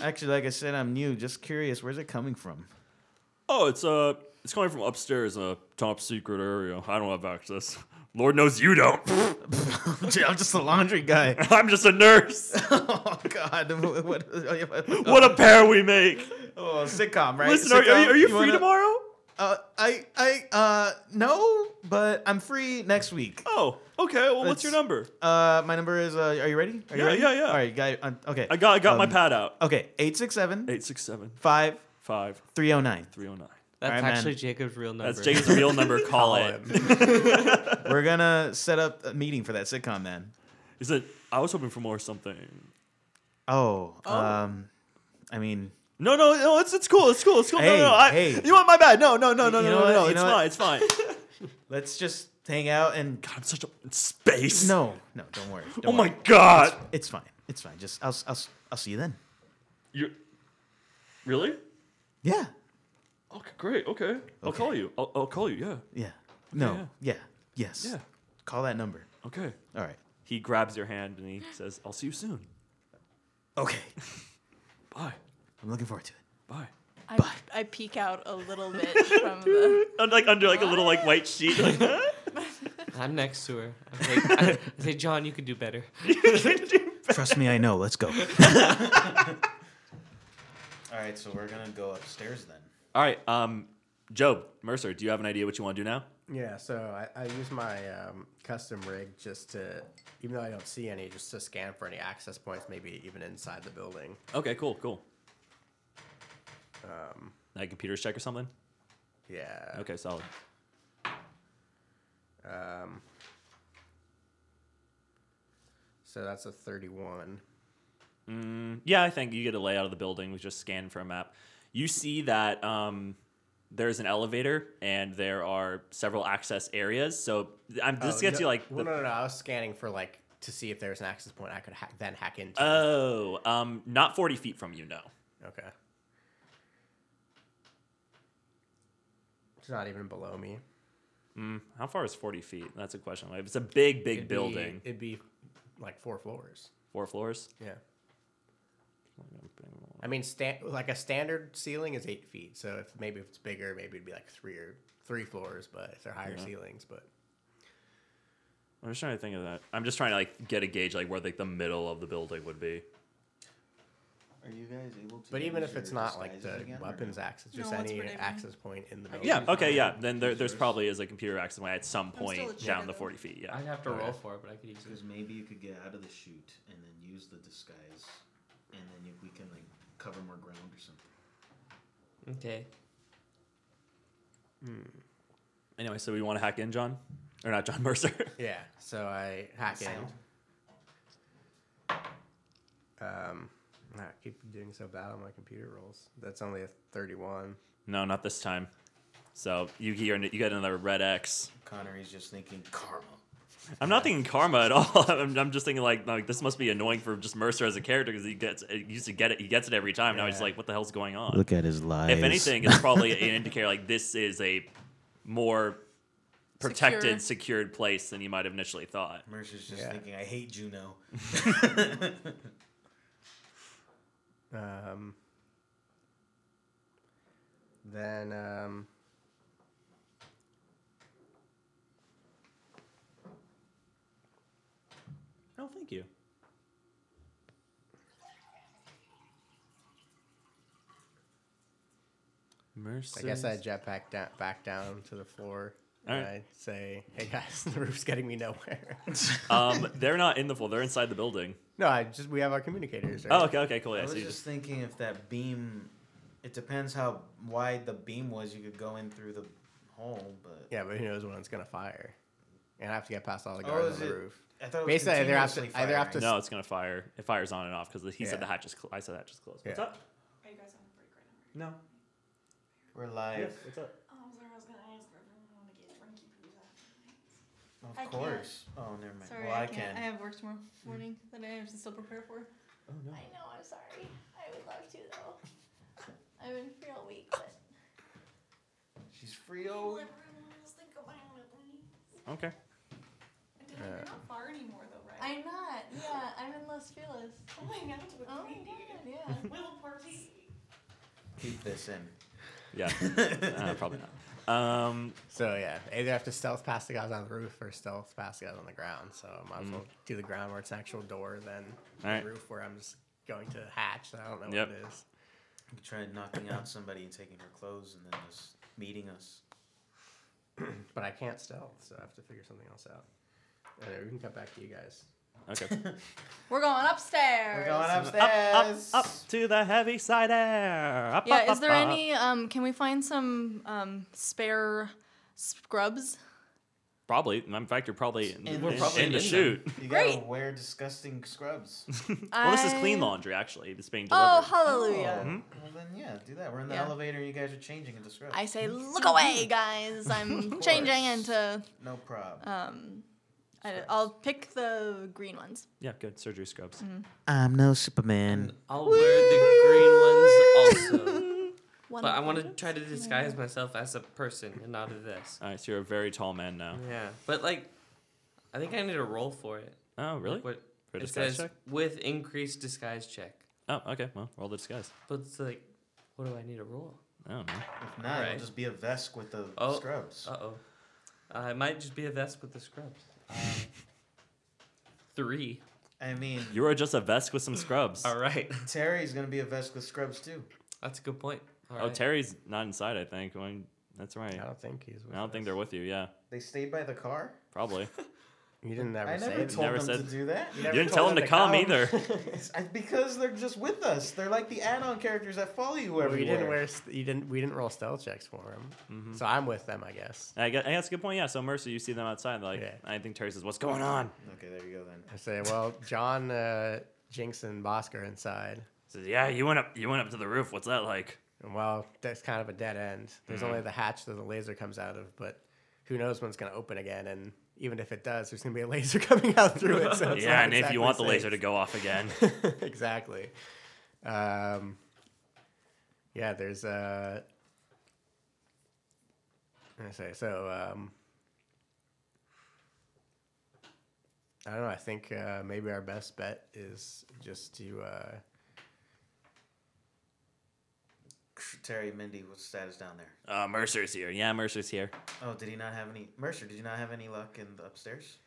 C: actually, like I said, I'm new. Just curious, where's it coming from? <laughs>
A: oh, it's uh it's coming from upstairs in a top secret area. I don't have access. Lord knows you don't. <laughs>
C: Gee, I'm just a laundry guy. <laughs>
A: I'm just a nurse.
C: oh God! <laughs> What, what, what,
A: What a pair we make.
C: oh, sitcom, right?
A: Listen, are, are you,
C: Sitcom?
A: are you free
C: wanna-
A: tomorrow?
C: Uh, I, I, uh, no, but I'm free next week.
A: Oh, okay. Well, what's
C: Let's-
A: your number?
C: Uh, my number is. Uh, are you ready? Are you
A: Yeah,
C: ready?
A: yeah, yeah.
C: All right, guy. Um, okay.
A: I got I got my
C: Um,
A: pad out.
C: Okay, eight six seven
A: 867
C: five
A: 5309.
C: three zero nine.
D: That's
C: Alright, man.
D: actually Jacob's real number.
A: oh, That's Jacob's real
C: <laughs>
A: number. Call it.
E: him.
C: We're gonna set up a meeting for that sitcom, man.
A: Is it? I was hoping for more something.
C: Oh, um, I mean,
A: No, no, no. It's it's cool. It's cool. It's cool. no,
C: Hey,
A: no, no. I,
C: hey.
A: You want my bad? No, no, no,
C: You
A: no, no,
C: know
A: no,
C: what?
A: no.
C: You
A: It's
C: know
A: fine. It's fine.
C: <laughs>
A: God,
C: let's just hang out and.
A: I'm such a space.
C: No, no, don't worry. Don't
A: Oh my
C: worry.
A: God.
C: It's fine. It's fine. Just I'll, I'll, I'll see you then.
A: You. Really?
C: Yeah.
A: Okay. Great. Okay. I'll
C: Okay.
A: call you. I'll, I'll call you. Yeah.
C: Yeah. No.
A: yeah.
C: Yeah. Yes.
A: Yeah.
C: Call that number.
A: Okay.
C: All right.
A: He grabs your hand and he says, "I'll see you soon."
C: Okay.
A: Bye.
C: I'm looking forward to it.
A: Bye.
B: I, I peek out a little bit from the.
A: And, like under like a little like white sheet.
C: <laughs>
A: Like,
D: <laughs> I'm next to her.
A: <laughs>
D: I'm like, I I say, John, you could do <laughs> better.
C: Trust me, I know. Let's go. All right, so we're gonna go upstairs then.
A: All right, um, Job Mercer, do you have an idea what you want to do now?
E: Yeah, so I, I use my um, custom rig just to, even though I don't see any, just to scan for any access points, maybe even inside the building.
A: Okay, cool, cool. Um, like computers check or something.
E: Yeah.
A: Okay, solid.
E: Um, so that's a 31.
A: Yeah, I think you get a layout of the building. We just scan for a map. You see that um, there's an elevator and there are several access areas. So I'm, this
E: Oh,
A: gets
E: no-
A: you like.
E: Well,
A: the-
E: no, no, no. I was scanning for, like, to see if there was an access point I could ha- then hack into.
A: Oh, um, not 40 feet from you, no.
E: okay. It's not even below me.
A: How far is 40 feet? That's a question. Like, if it's a big, big
E: It'd be-
A: building,
E: it'd be like four floors.
A: four floors.
E: Yeah. I mean, sta- like a standard ceiling is eight feet. So if maybe if it's bigger, maybe it'd be like three or three floors. But if they're higher ceilings, but
A: I'm just trying to think of that. I'm just trying to like get a gauge like where like the middle of the building would be.
C: Are you guys able to?
E: but even if it's not like the weapons access, just
B: No, it's
E: any
B: pretty-
E: access point in the building.
A: Yeah. Okay. Yeah. Then there, there's probably is a computer accident at some
B: still a
A: point
B: cheater,
A: down the
B: though.
A: 40 feet. Yeah.
D: I'd have to roll for it, but I could easily.
C: Because maybe you could get out of the chute and then use the disguise, and then you, we can like cover more ground or something.
D: Okay.
A: Anyway, so we want to hack in, John, or not John Mercer. <laughs>
E: Yeah. So I hack in. Um, I keep doing so bad on my computer rolls. That's only a thirty-one.
A: no, not this time. So you hear you get another red X.
C: Connery's just thinking karma.
A: I'm not thinking karma at <laughs> all. I'm, I'm just thinking like like this must be annoying for just Mercer as a character because he gets he used to get it he gets it every time. Now he's
E: Yeah.
A: like, what the hell's going on?
C: Look at his lies.
A: if anything, it's probably an <laughs> indicator like this is a more protected,
B: Secure.
A: secured place than you might have initially thought.
C: Mercer's just
E: Yeah.
C: thinking, I hate
E: <laughs>
C: Juno.
E: Um, then um,
A: No, Oh, thank you. Mercer.
E: I guess I jetpack down, back down to the floor.
A: All
E: and
A: right.
E: I say, "Hey guys, <laughs> the roof's getting me nowhere." <laughs>
A: Um, they're not in the floor. They're inside the building.
E: no, I just we have our communicators. Right?
A: Oh, okay, okay, cool.
C: I
A: Yeah,
C: was
A: so you
C: just,
A: just
C: thinking if that beam, it depends how wide the beam was, you could go in through the hole, but.
E: Yeah, but who knows when it's gonna fire? And I have to get past all the
C: Oh,
E: guards
C: is
E: on the
C: it-
E: roof.
C: I thought it was
E: Basically, I either have to-
C: continuously
E: either have to-
C: firing.
A: no, it's gonna fire. It fires on and off because he said
E: Yeah.
A: the hatch is. Cl- I said the hatch is closed. What's
E: Yeah.
A: up?
F: Are you guys on a break right now?
A: No.
C: We're live.
A: What's up?
F: Oh, sorry, I was gonna ask, but I didn't want to get drinky poos
C: Of
F: I can't.
C: course. Oh, never mind.
B: Sorry,
C: well,
B: I can. I have work tomorrow morning that I have to still prepare for.
F: I know, I'm sorry. I would love to though. I've been free all week, but
C: She's free
B: Oh.
C: oh. old.
F: will everyone "Oh, else think of my own please?
A: Okay.
E: Uh,
F: You're not far anymore though, right?
B: I'm not. Yeah, I'm in Los Feliz.
F: oh my god, to a
B: Oh my
F: party.
B: god, yeah.
F: Little party.
C: Keep
A: <laughs>
C: this in.
A: Yeah.
E: <laughs>
A: Uh, probably not. Um,
E: So yeah, either I have to stealth past the guys on the roof or stealth past the guys on the ground. So I might as well
A: Mm.
E: do the ground where it's an actual door than the
A: Alright.
E: roof where I'm just going to the hatch. And I don't know
A: Yep.
E: what it is.
C: You try knocking out somebody and taking her clothes and then just meeting us.
E: But I can't stealth, so I have to figure something else out. Anyway, we can cut back to you guys.
A: okay.
B: We're going upstairs.
C: We're going upstairs.
A: up, up, up to the heavy side air. Up, up,
B: Yeah, is
A: up,
B: there
A: up.
B: any? Um, can we find some um, spare scrubs?
A: Probably. In fact, you're probably in,
C: In
A: the-
C: the chute.
A: in the
D: In them.
A: shoot.
C: You gotta
B: Great.
C: wear disgusting
B: <laughs>
C: scrubs.
A: <laughs> Well, this is
B: I-
A: clean laundry, actually. It's being delivered.
B: Oh, hallelujah.
C: Oh, Well, then, yeah, do that. We're in the
B: Yeah.
C: elevator and you guys are changing into scrubs.
B: I say, look away,
A: <laughs>
B: guys. I'm changing
C: course.
B: into.
C: No problem.
B: Um, I, I'll pick the green ones.
A: yeah, good. Surgery scrubs.
C: I'm no Superman.
A: Mm.
D: I'll wear the green ones also.
B: One
D: But I
B: of
D: want to
B: them.
D: try to disguise myself as a person and not as this.
A: All right, so you're a very tall man now.
D: Yeah, but like, I think I need a roll for it.
A: Oh, really?
D: What
A: For a
D: it
A: disguise
D: says
A: check?
D: with increased disguise check.
A: Oh, okay. Well, roll the disguise. Oh,
D: But it's like, what do I need to roll?
A: I don't know.
C: If not,
D: Alright.
C: it'll just be a Vesk with the
D: Oh.
C: scrubs.
D: Uh oh. I might just be a vest with the scrubs. Um, <laughs> three.
C: I mean,
A: You are just a vest with some scrubs.
D: All right.
C: Terry's gonna be a Vesk with scrubs too.
D: That's a good point. All
A: Oh,
D: right.
A: Terry's not inside. I think. I mean, that's right.
E: I don't think he's. With
A: I don't think they're with you. Yeah,
C: They stayed by the car.
A: probably.
E: You didn't ever
C: I
E: say.
C: never
E: that.
C: told
A: Never
C: them
A: said-
C: to do that.
A: you didn't tell
E: told
A: them to come, either.
C: <laughs>
A: <laughs>
C: It's- I- because they're just with us. They're like the add-on characters that follow you
E: Well,
C: everywhere.
E: you didn't wear. st- You didn't. We didn't roll stealth checks for him.
A: Mm-hmm.
E: So I'm with them, I guess.
A: I guess, I guess that's a good point. Yeah. So Mercer, you see them outside. Like,
E: Yeah.
A: I think Terry says, "What's going on?"
C: Okay, there you go then.
E: I say, well, John, uh, Jinx, and Bosk are inside.
A: He says, "Yeah, you went up. You went up to the roof. What's that like?"
E: And well, that's kind of a dead end. There's only
A: Mm-hmm.
E: the hatch that the laser comes out of, but who knows when it's going to open again? And even if it does, there's going to be a <laughs> laser coming out through it. So
A: <laughs>
E: it's
A: yeah,
E: not
A: and if
E: exactly
A: you want the
E: safe.
A: laser to go off again, <laughs>
E: <laughs> exactly. Um, yeah, there's Uh, I say so. Um, I don't know. I think uh, maybe our best bet is just to uh,
C: Terry, Mindy, what's the status down there?
A: uh, Mercer's here. Yeah, Mercer's here.
C: Oh, did he not have any? Mercer, did you not have any luck in the upstairs?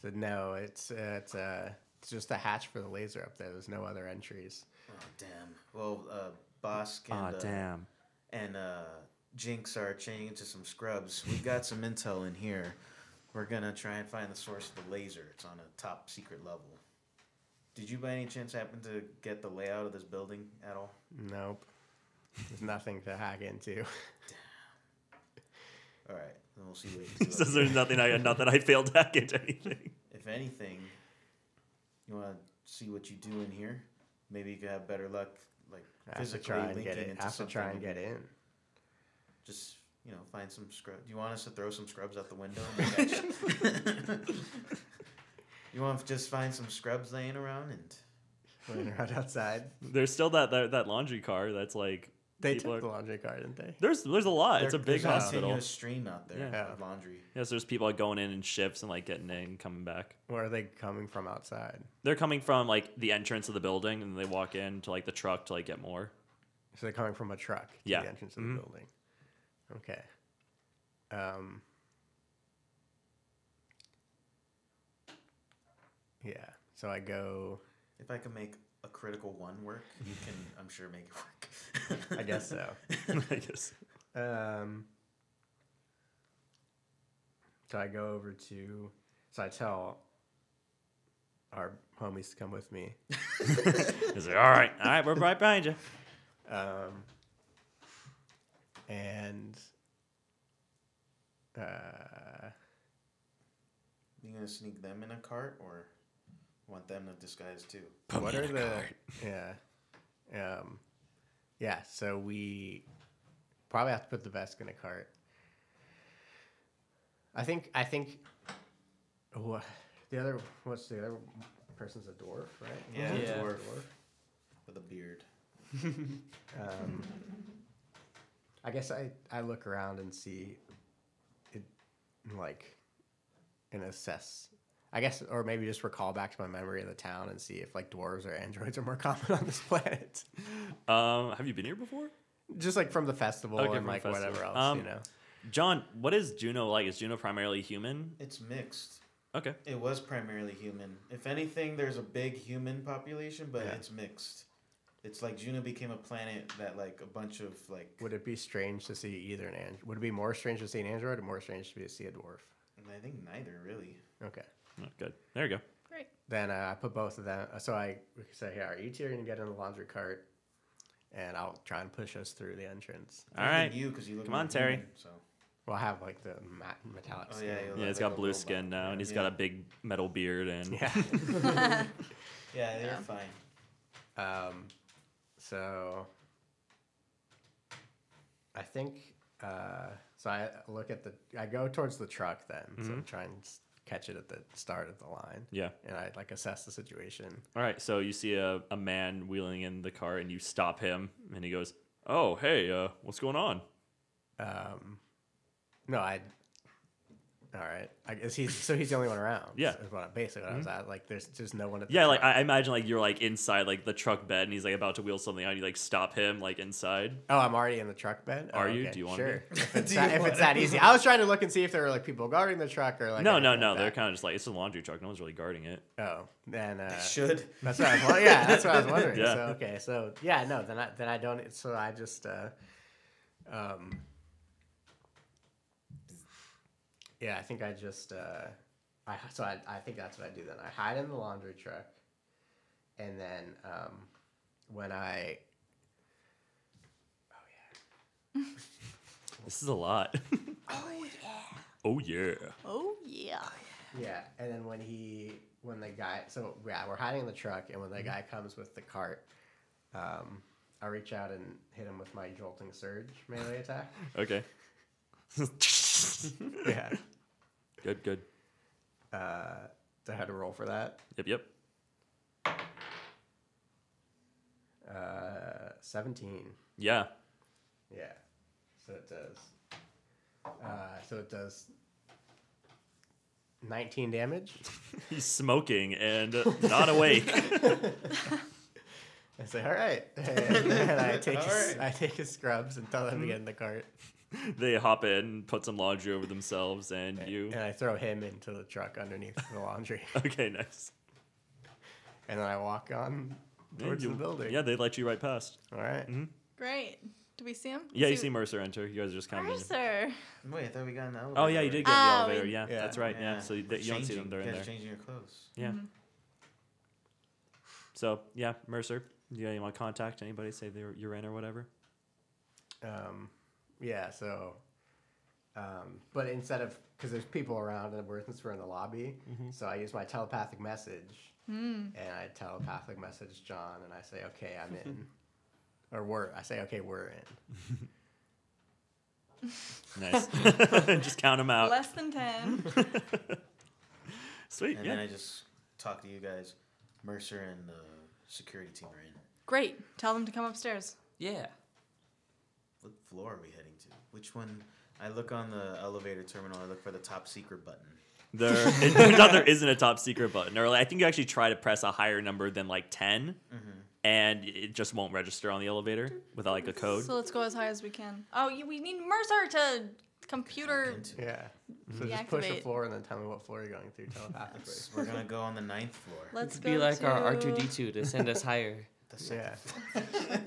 E: so no. It's uh, it's uh, it's just a hatch for the laser up there. There's no other entries.
C: Oh damn. Well, uh, Bosk and
A: Aw,
C: uh,
A: damn.
C: and uh, Jinx are chaining into some scrubs. We got some intel in here. We're gonna try and find the source of the laser. It's on a top secret level. Did you by any chance happen to get the layout of this building at all?
E: Nope. There's nothing to hack into.
C: All right, then we'll see what we
A: <laughs> He
C: can do.
A: says, "There's nothing. I not that I failed to hack into anything."
C: If anything, you want to see what you do in here. Maybe you could have better luck, like
E: I have to
C: physically
E: try and
C: linking
E: get it.
C: into
E: I have to
C: something.
E: try and get in.
C: Just you know, find some scrub. Do you want us to throw some scrubs out the window? And catch- <laughs> you want to just find some scrubs laying around and
E: Running around outside.
A: There's still that that, that laundry car. That's like
E: They
A: People
E: took
A: are-
E: the laundry car, didn't they?
A: there's there's a lot. It's a
C: There-
A: big
C: there's a
A: hospital.
C: continuous stream out there
E: Yeah.
C: of laundry.
A: Yeah, so there's people like, going in in shifts and like getting in and coming back.
E: Where are they coming from outside?
A: They're coming from like the entrance of the building and they walk in to like the truck to like get more.
E: <laughs> So they're coming from a truck to
A: Yeah.
E: the entrance of
A: Mhm.
E: the building. Okay. Um. Yeah. So I go.
C: If I can make a critical one work, you can, I'm sure, make it work.
E: I guess so.
A: I guess.
E: Um, so I go over to. So I tell our homies to come with me.
A: He's like, all right, all right, we're right behind you.
E: Um, and. Uh,
C: <laughs> You gonna sneak them in a cart or want them to disguise too?
E: what are the yeah um yeah so we probably have to put the vest in a cart i think i think wha- the other what's the other person's a dwarf right
C: Yeah,
D: Yeah.
C: dwarf with a beard.
E: um, i guess i i look around and see it like and assess I guess, or maybe just recall back to my memory of the town and see if like dwarves or androids are more <laughs> common on this planet.
A: Um, have you been here before?
E: just like from the festival
A: Okay, from
E: and
A: the
E: like
A: festival.
E: whatever else,
A: Um,
E: you know.
A: John, what is Juno like? Is Juno primarily human?
C: It's mixed.
A: Okay.
C: It was primarily human. If anything, there's a big human population, but
E: Yeah.
C: it's mixed. It's like Juno became a planet that like a bunch of like
E: Would it be strange to see either an android? Would it be more strange to see an android or more strange to, be to see a dwarf?
C: I think neither really.
E: Okay.
A: Oh, good. There you go.
B: Great.
E: Then uh, I put both of them. So I say, "Here, you two are gonna get in the laundry cart, and I'll try and push us through the entrance."
A: All
C: Even
A: right.
C: you because you look
A: Come on,
C: more
A: Terry.
C: human, so
E: We'll have like the mat- metallic.
C: oh
E: skin.
C: yeah,
A: Yeah, he's got blue skin now and
C: he's
A: he's got a big metal beard and
E: Yeah.
C: Yeah, they're
B: Yeah.
C: fine.
E: Um, so I think uh, so. I look at the. I go towards the truck then. So
A: Mm-hmm.
E: I'm trying to catch it at the start of the line.
A: <laughs> Yeah.
E: And I like assess the situation.
A: All right, so you see a, a man wheeling in the car and you stop him and he goes, "Oh, hey, uh, what's going on?"
E: Um, no, I Um, All right. I guess he's so he's the only one around.
A: Yeah. Mm-hmm.
E: is what- basically what I was at. Like, there's just no one at. The
A: Yeah, like
E: truck.
A: I I imagine like you're like inside like the truck bed and he's like about to wheel something out and you like stop him like inside.
E: oh, I'm already in the truck bed. Oh,
A: Are you?
E: okay,
A: Do you wanna
E: Sure.
A: be? <laughs>
E: If it's, that, if it's that easy, I was trying to look and see if there were like people guarding the truck or like.
A: no, no,
E: anything
A: no.
E: like
A: They're
E: that.
A: kind of just like it's a laundry truck. No one's really guarding it.
E: Oh, then uh,
C: Should. <laughs>
E: That's what I was. wondering. yeah, that's what I was wondering.
A: Yeah.
E: So okay, so yeah, no, then I then I don't. So I just, uh, um, yeah, I think I just, uh, I so I, I think that's what I do then. I hide in the laundry truck, and then um, when I
A: This is a lot. <laughs> oh yeah.
B: Oh yeah.
E: yeah, and then when he when the guy so yeah we're hiding in the truck, and when the guy comes with the cart, um, I reach out and hit him with my jolting surge melee attack.
A: Okay. <laughs>
E: yeah.
A: good, good.
E: uh, I had to roll for that.
A: Yep, yep.
E: Uh, 17.
A: Yeah.
E: Yeah. So it does. Uh, so it does 19 damage.
A: He's smoking and not awake.
E: I say, all right. <laughs> and I take,
D: All
E: his,
D: right.
E: I take his scrubs and tell him to get in the cart.
A: they hop in, put some laundry over themselves, and you.
E: And I throw him into the truck underneath the laundry.
A: <laughs> Okay, nice.
E: And then I walk on
A: Yeah,
E: towards
A: you-
E: the building.
A: Yeah, Mm-hmm. they let you right past.
E: All right.
B: Great. Do we see him?
A: Yeah, you see Mercer enter. You guys are just kind of.
B: Mercer.
C: Wait, I thought we got an elevator.
A: Oh yeah, you did get in the
B: Ah,
A: elevator.
B: we-
A: Yeah,
E: Yeah.
A: that's right. Yeah, so you,
C: We're
A: you don't see them.
C: changing.
A: They're
C: you
A: in there.
C: guys are changing your clothes.
A: Yeah. So yeah, Mercer. Yeah, you want to contact anybody? Say they were, you're in or whatever.
E: Um, yeah, so. Um, but instead of because there's people around and we're since we're in the lobby, so I use my telepathic message and I telepathic message John and I say, "Okay, I'm in," or "We're." I say, "Okay, we're in."
B: <laughs>
A: Nice. <laughs> just count them out.
B: Less
A: <laughs>
B: than ten.
A: Sweet.
C: And
A: Yeah.
C: then I just talk to you guys. Mercer and the security team are in.
B: Great. Tell them to come upstairs.
D: Yeah.
C: What floor are we heading to? Which one? I look on the elevator terminal. I look for the top secret button. <laughs>
A: There, it turns out there isn't a top secret button. Or like, I think you actually try to press a higher number than like 10
B: Mm-hmm.
A: and it just won't register on the elevator without like a code.
B: So let's go as high as we can. Oh, you, we need Mercer to computer.
C: Into-
E: Yeah. So just push the
B: Deactivate.
E: floor and then tell me what floor you're going through telepathically.
C: So We're gonna go on the ninth floor.
B: Let's
D: It'd
B: go
D: be like
B: to...
D: our R2D2 to send us higher. <laughs>
C: The second
E: yeah.
C: <laughs>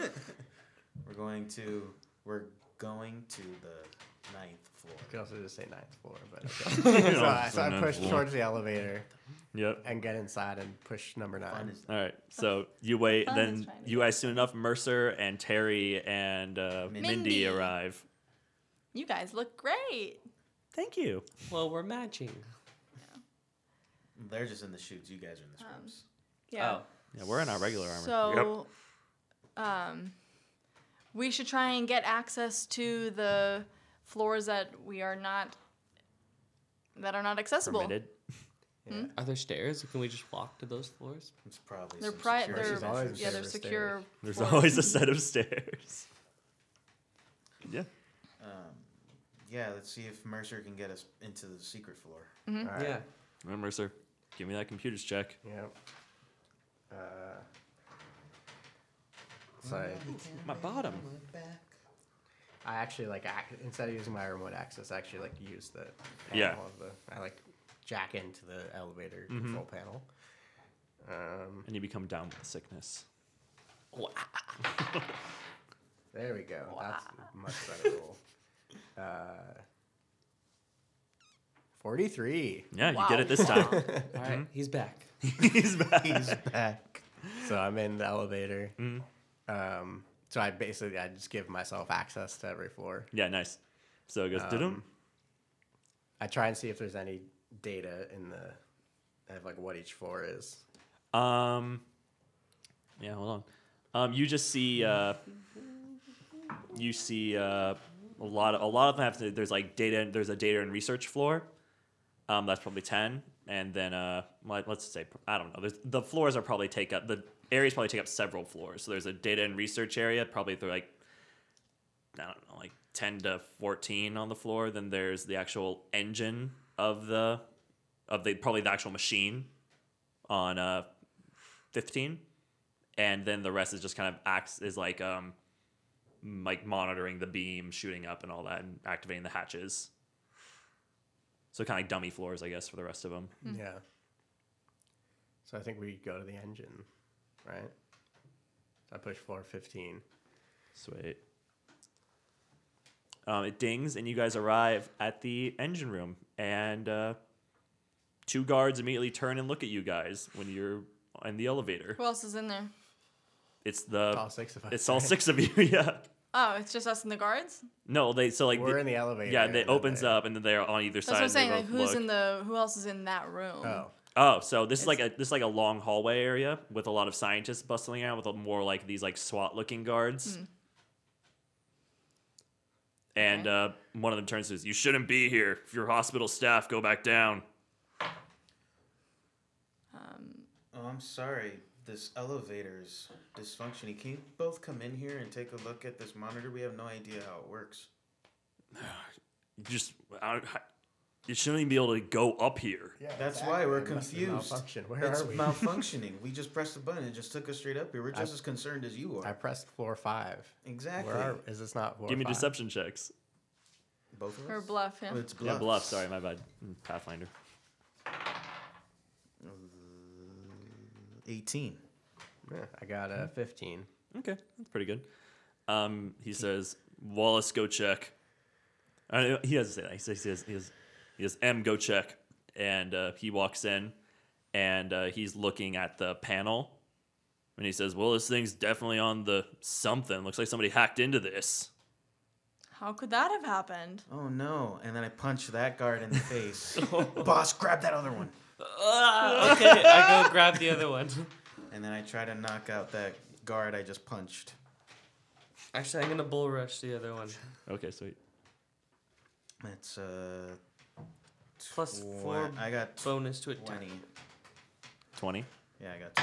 C: We're going to we're going to the ninth floor.
E: You could also just say ninth floor, but okay. so, I, so I
A: Ninth
E: push
A: floor.
E: towards the elevator
A: Yep.
E: and get inside and push number
C: Fun
E: nine.
C: is
A: All right.
B: <laughs>
A: So you wait.
B: Fun is
A: Then
B: trying to
A: you guys soon enough, Mercer and Terry and uh, Mindy.
C: Mindy.
B: Mindy.
A: arrive.
B: You guys look great.
A: Thank you.
D: Well, we're matching.
C: They're just in the shoots. You guys are in the
B: Um,
C: scrubs.
D: Oh.
B: Yeah.
A: Yeah, we're in our regular armor.
B: So, um, we should try and get access to the floors that we are not that are not accessible.
A: Permitted.
D: Oh. Are there stairs? Can we just walk to those floors?
C: It's probably
B: They're
C: some
B: pri-
C: security
B: they're,
E: There's always
C: measures.
B: yeah, they're
E: stairs.
B: secure.
A: There's
B: floors.
A: always a set of stairs. Yeah.
C: Um, yeah, let's see if Mercer can get us into the secret floor.
E: All right.
D: Yeah.
A: All right, Mercer, give me that computer's check.
E: Yep. Uh, so I,
A: My bottom.
E: I actually like ac instead of using my remote access, I actually like use the panel
A: Yeah.
E: of the I like jack into the elevator control panel. Um,
A: And you become down with sickness.
E: there we go. That's a much better roll. Uh, Forty-three.
A: Yeah, you did it this time.
B: <laughs>
A: <laughs>
D: All right, he's back.
A: He's back.
C: He's back.
E: So I'm in the elevator. Um, so I basically I just give myself access to every floor.
A: Yeah, nice. So it goes. dum.
E: I try and see if there's any data in the of like what each floor is.
A: Um, yeah, hold on. Um, you just see uh, you see uh, a lot of a lot of them have to. There's like data. There's a data and research floor. Um, that's probably ten, and then uh, let, let's say I don't know. There's, the floors are probably take up the areas probably take up several floors. So there's a data and research area probably through like I don't know, like ten to fourteen on the floor. Then there's the actual engine of the of the probably the actual machine on uh 15 and then the rest is just kind of acts is like um m- like monitoring the beam shooting up and all that and activating the hatches so kind of like dummy floors i guess for the rest of them
E: Yeah. So I think we go to the engine, right? I push floor 15.
A: Sweet. Um, it dings, and you guys arrive at the engine room, and uh, two guards immediately turn and look at you guys when you're in the elevator.
B: <laughs> Who else is in there?
A: It's the
E: All six of us.
A: it's all
E: right?
A: six of you. <laughs> yeah.
B: Oh, it's just us and the guards.
A: No, they so like
E: We're
A: the-
E: in the elevator.
A: yeah, they
E: and then
A: opens
E: they-
A: up, and then they're on either
B: That's
A: side.
B: what I'm
A: and they
B: saying. Like,
A: both
B: who's
A: look.
B: in the? Who else is in that room?
E: Oh,
A: Oh, so this is like a
B: It's-
A: this is like a long hallway area with a lot of scientists bustling out with a, more like these like SWAT looking guards. And uh, one of them turns and says, "You shouldn't be here. If you're hospital staff, go back down."
C: Oh, I'm sorry. This elevator's dysfunctioning. Can you both come in here and take a look at this monitor? We have no idea how it works.
A: You just I, I- you shouldn't even be able to go up here.
E: yeah.
C: That's why we're
E: It must have
C: confused.
E: malfunctioned. Where
C: It's
E: are we?
C: malfunctioning. We just pressed the button. It just took us straight up here. We're just as concerned as you
E: I
C: are.
E: pressed floor five.
C: Exactly.
E: Where are? Is this not floor
A: Give me
E: five?
A: deception checks.
C: Both of us?
B: Or bluff him.
C: Oh, it's
A: Yeah, bluff. Sorry, my bad. Mm, Pathfinder.
C: 18.
E: Yeah, I got a 15.
A: Okay, that's pretty good. Um, he says, Wallace, go check. Uh, he doesn't say that. He says, he says, he says, he says M, go check. And uh, he walks in and uh, he's looking at the panel. And he says, Well, this thing's definitely on the something. Looks like somebody hacked into this.
B: How could that have happened?
C: Oh no. And then I punch that guard
E: <laughs>
C: in the face. Boss, grab that other one.
D: Ah, <laughs> okay, I go grab the other one. <laughs>
C: And then I try to knock out that guard I just punched.
D: Actually, I'm gonna bull rush the other one.
A: Okay, sweet.
C: That's uh.
D: Plus
C: twen-
D: four
C: I got
D: bonus to attack.
C: 20.
A: 20.
C: Yeah, I got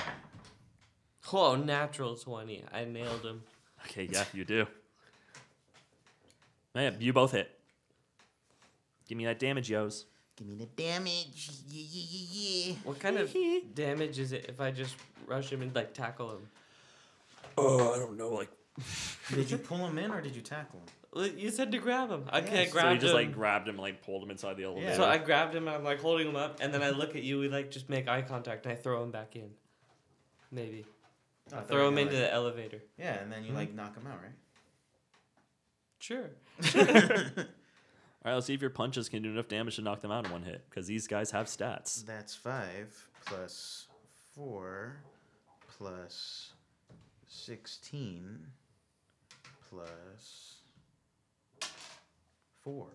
C: 20.
D: Oh, natural 20. I nailed him.
A: Okay, yeah, you do. Man, you both hit. Give me that damage, yo's.
C: Give me the damage. Yeah, yeah, yeah, yeah.
D: What kind of damage is it if I just rush him and like tackle him?
A: Oh, I don't know. Like,
C: <laughs> Did you pull him in or did you tackle him?
D: Well, You said to grab him. I
C: Yes. So
D: can't
A: so you
D: grab
A: just
D: him.
A: like grabbed him, and, like pulled him inside the elevator.
D: So I grabbed him. I'm like holding him up, and then I look at you. We like just make eye contact, and I throw him back in. Maybe
C: Oh, I thought
D: throw
C: you
D: him
C: were
D: into
C: like-
D: the Mm-hmm. elevator.
C: Yeah, and then you like knock him out,
D: Sure.
C: <laughs> right?
A: All right, let's see if your punches can do enough damage to knock them out in one hit, because these guys have stats.
C: That's five plus four plus sixteen plus four.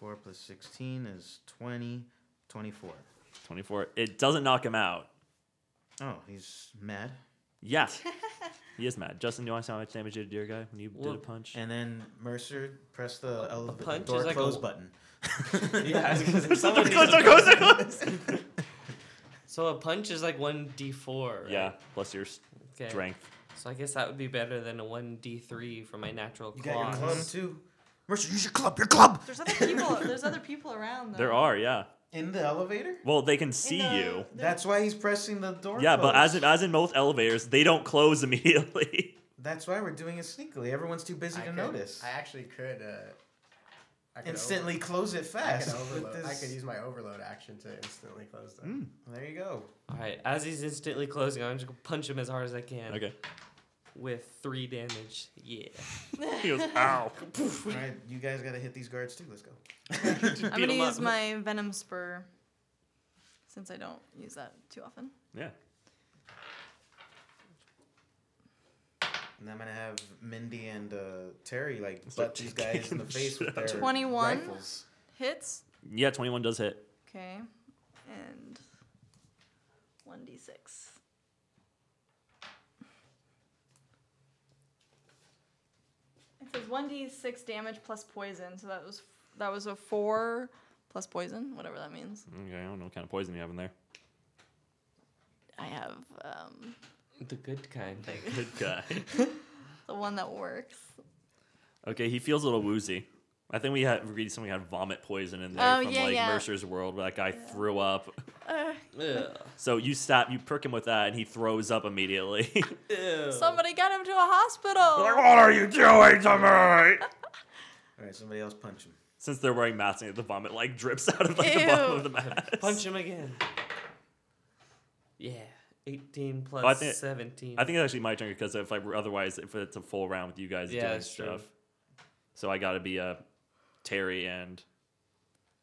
C: Four plus sixteen is twenty. Twenty-four.
A: 24. It doesn't knock him out.
C: Oh, he's mad.
A: Yeah. he is mad. Justin, do you want to see how much damage you did to your guy when you
D: Well,
A: did a punch? <laughs>
C: And then Mercer pressed the elev-
D: punch
C: door
D: is like a
C: close
D: w-
C: button.
E: <laughs>
D: Yeah. I was
A: <laughs>
D: gonna say, someone needs to- <laughs> so a punch is like one d4. Right?
A: Yeah, plus your s-
D: Okay.
A: strength.
D: So I guess that would be better than a one d3 for my natural
C: You
D: claws.
C: got your club too. Mercer, use your club. Your club
B: There's
E: <laughs>
B: other people. there's other people around. Though.
A: There are, yeah.
C: in the elevator.
A: Well, they can see
B: the-
A: you.
C: That's why he's pressing the door.
A: Yeah, but as
C: close.
A: in, as in most elevators, they don't close <laughs> immediately.
C: That's why we're doing it sneakily. Everyone's too busy
E: I
C: to
E: could-
C: notice.
E: I actually could. Uh, I could
C: Instantly close it
E: Over, I, could
C: fast. <laughs> with
E: overload, I
C: this-
E: could use my overload action to instantly close them.
C: There you go.
D: All right. As he's instantly closing, I'm just gonna punch him as hard as I can.
A: okay.
D: With three damage. Yeah.
A: He goes, ow.
C: All right, you guys got to hit these guards too. Let's go.
E: <laughs>
B: I'm
D: beat
B: gonna
D: 'em
B: use
D: up.
B: my venom spur since I don't use that too often.
A: Yeah.
C: And I'm gonna have Mindy and uh, Terry like
A: Start
C: butt these guys in
A: kicking the
C: the face
A: shit
C: with
A: out
C: their
A: of 'em.
B: 21?
C: rifles.
B: Hits.
A: Yeah, 21 does hit.
B: Okay. And one d six. It says one d six damage plus poison. So that was that was a four plus poison, whatever that means.
A: Okay, I don't know what kind of poison you have in
D: <laughs>
A: there.
B: I have um,
D: The good kind.
A: Good guy.
B: the one that works.
A: Okay, he feels a little woozy. I think we had read something had vomit poison in there
B: Oh,
A: from
B: yeah,
A: like
B: yeah.
A: Mercer's world where that guy threw up.
B: Uh,
D: Ugh.
A: <laughs> So you stab, you prick him with that, and he throws up immediately. <laughs>
D: Ew.
B: Somebody get him to a hospital.
A: are you doing to me?
C: All right, somebody else punch him.
A: Since they're wearing masks, the vomit like drips <laughs> out of like, the
B: Ew.
A: bottom of the mask.
D: Punch him again. Yeah. 18 plus
A: Oh, I think-
D: 17.
A: I think it's actually my turn because if I otherwise if it's a full round with you guys
D: Yeah,
A: doing
D: that's true.
A: stuff, so I got to be uh, Terry and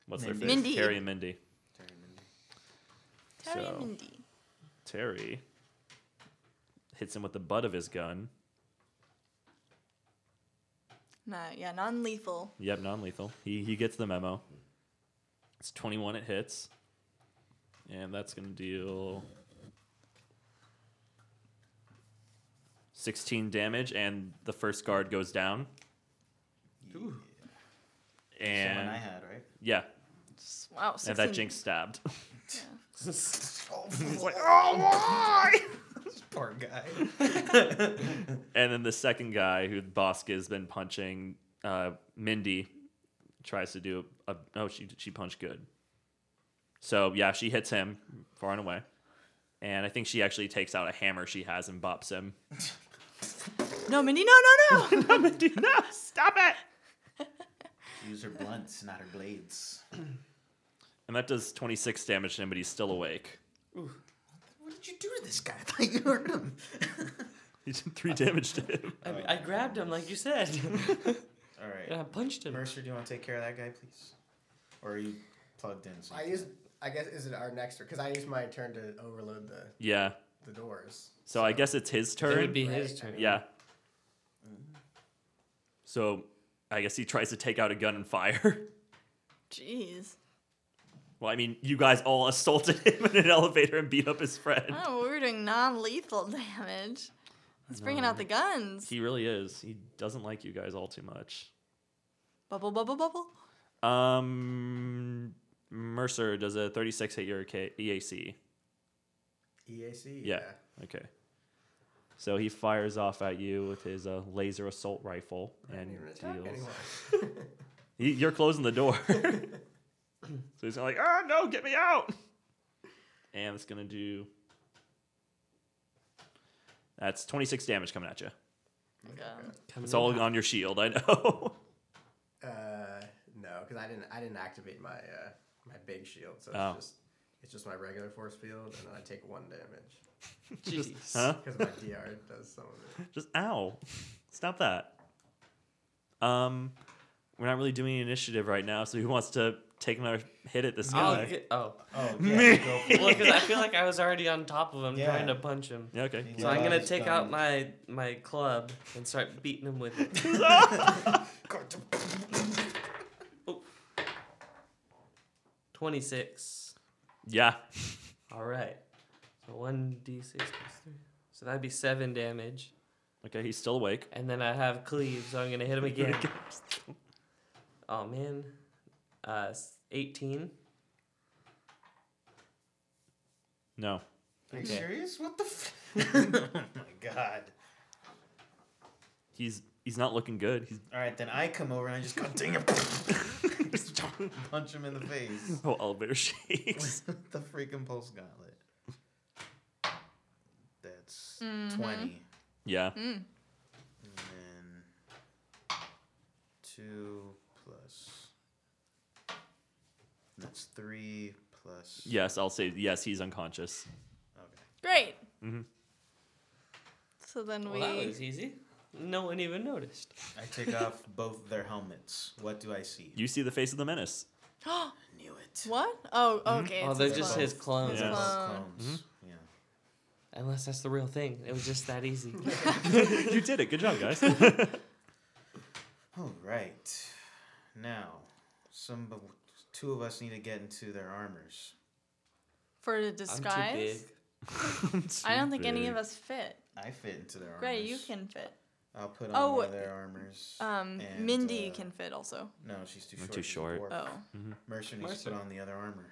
A: what's their
C: Mindy.
A: face?
B: Mindy.
A: Terry and Mindy.
B: Terry
A: So-
B: Mindy.
A: Terry hits him with the butt of his gun.
B: Nah, yeah, non-lethal.
A: Yep, non-lethal. He he gets the memo. It's 21. It hits, and that's gonna deal 16 damage, and the first guard goes down.
D: Ooh.
A: And
C: Someone I had, right?
A: yeah,
B: S- Wow, 16.
A: and that Jinx stabbed. <laughs>
C: He's like, oh, why? <laughs> this poor guy.
A: And then the second guy, who Bosk has been punching, uh, Mindy, tries to do a. Oh, she she punched good. So yeah, she hits him far and away, and I think she actually takes out a hammer she has and bops him.
B: No, Mindy, no, no, no.
A: <laughs> Mindy, no, stop it!
C: Use her blunts, not her blades.
A: And that does twenty six damage to him, but he's still awake.
C: What did you do to this guy? I thought you hurt him.
A: <laughs> He did three damage to him.
D: I, I grabbed him, like you said. <laughs>
C: All right.
D: and I punched him.
C: Mercer, do you want to take care of that guy, please? Or are you plugged in? so
E: I
C: you
E: use. I guess is it our next turn? Because I used my turn to overload the
A: Yeah.
E: the doors.
A: So I guess it's his turn.
D: It would be his
E: Right.
D: turn.
A: Yeah. So I guess he tries to take out a gun and fire. <laughs>
B: Jeez.
A: Well, I mean, you guys all assaulted <laughs> him in an elevator and beat up his friend.
B: Oh, we were doing non-lethal <laughs> damage. He's bringing out the guns.
A: He really is. He doesn't like you guys all too much.
B: Bubble, bubble, bubble.
A: Um, Mercer does a 36 hit your K- EAC.
E: EAC.
A: Yeah. Okay. So he fires off at you with his uh, laser assault rifle and deals.
E: <laughs>
A: He, you're closing the door. so he's like, ah, no, get me out. And it's going to do. That's 26 damage coming at you.
B: Um,
A: It's all on your shield, I know. <laughs>
E: Uh, no, because I didn't. I didn't activate my uh, my big shield, so it's
A: Oh.
E: just it's just my regular force field, and then I take one damage
D: Jeez.
A: huh?
E: because my <laughs> DR does some of it.
A: Just ow. Stop that. Um we're not really doing initiative right now, so who wants to take another hit at this
D: I'll
A: guy?
D: get, oh.
C: <laughs> Oh, yeah, you go for it.
D: Well, because I feel like I was already on top of him
C: Yeah.
D: trying to punch him.
A: yeah, okay.
C: <laughs> He's
D: So I'm
C: Yeah,
D: gonna
C: he's
D: take
C: done.
D: out my my club and start beating him with <laughs> it. Twenty six.
A: <laughs> Yeah.
D: All right. So one d six plus three. So that'd be seven damage,
A: Okay, he's still awake.
D: and then I have cleave, so I'm
A: <laughs>
D: gonna hit him again. Oh man, uh, s- eighteen.
A: No.
C: Are you
D: Okay.
C: serious? What the <laughs> f- Oh my god.
A: He's he's not looking good.
D: <laughs>
A: He's
C: Alright, then I come over and I just go ding him. Just <laughs> punch him in the face.
A: oh elevator shakes.
C: With the freaking pulse gauntlet. That's 20.
A: yeah.
C: And then 2 plus. That's 3 plus.
A: Yes, I'll say yes, he's unconscious.
C: Okay.
B: Great.
A: Mhm.
B: So then we.
D: Well, that was easy. No one even noticed.
C: I take off <laughs> both their helmets. What do I see?
A: You see the face of the menace. <laughs>
C: knew it.
B: what? Oh, okay.
D: oh,
B: it's
D: they're
B: his
D: just
B: clone.
A: His
D: his clones.
A: Yeah. Mm-hmm. clone.
C: Clones. Yeah.
D: Unless that's the real thing. It was just
B: <laughs>
D: that easy.
A: you did it. Good job,
D: <laughs>
A: guys.
C: All right. Now, some of- two of us need to get into their armors.
B: For the
D: I'm
B: disguise.
D: too big.
B: I don't think any of us fit.
C: I fit into their armors.
B: Gray, you can fit.
C: I'll put on
B: Oh,
C: one of their armors.
B: Um,
C: and,
B: Mindy
C: uh,
B: can fit also.
C: No, she's too
A: I'm
C: short.
A: too
C: she's a
A: short.
C: dwarf.
B: Oh,
C: Mercer needs
D: Mercer.
C: to put on the other armor.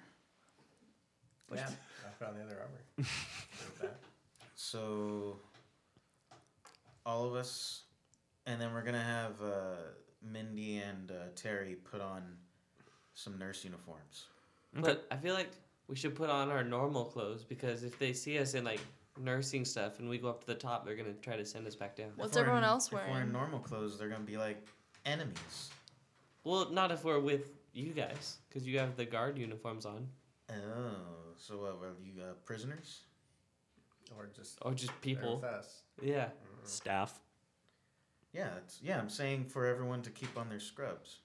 E: Yeah, I found the other <laughs> armor. Like that.
C: So, all of us, and then we're gonna have uh, Mindy and uh, Terry put on some nurse uniforms.
D: But I feel like we should put on our normal clothes because if they see us in like nursing stuff and we go up to the top, they're gonna try to send us back down.
B: What's
C: If we're
B: everyone
C: in-
B: else
C: If we're in
B: wearing?
C: normal clothes, they're gonna be like enemies.
D: Well, not if we're with you guys because you have the guard uniforms on
C: Oh, so what? Were you uh, prisoners?
E: Or just
D: or just
E: they're
D: people.
E: with us.
D: Yeah.
A: Staff.
C: Yeah, it's, yeah. I'm saying for everyone to keep on their scrubs.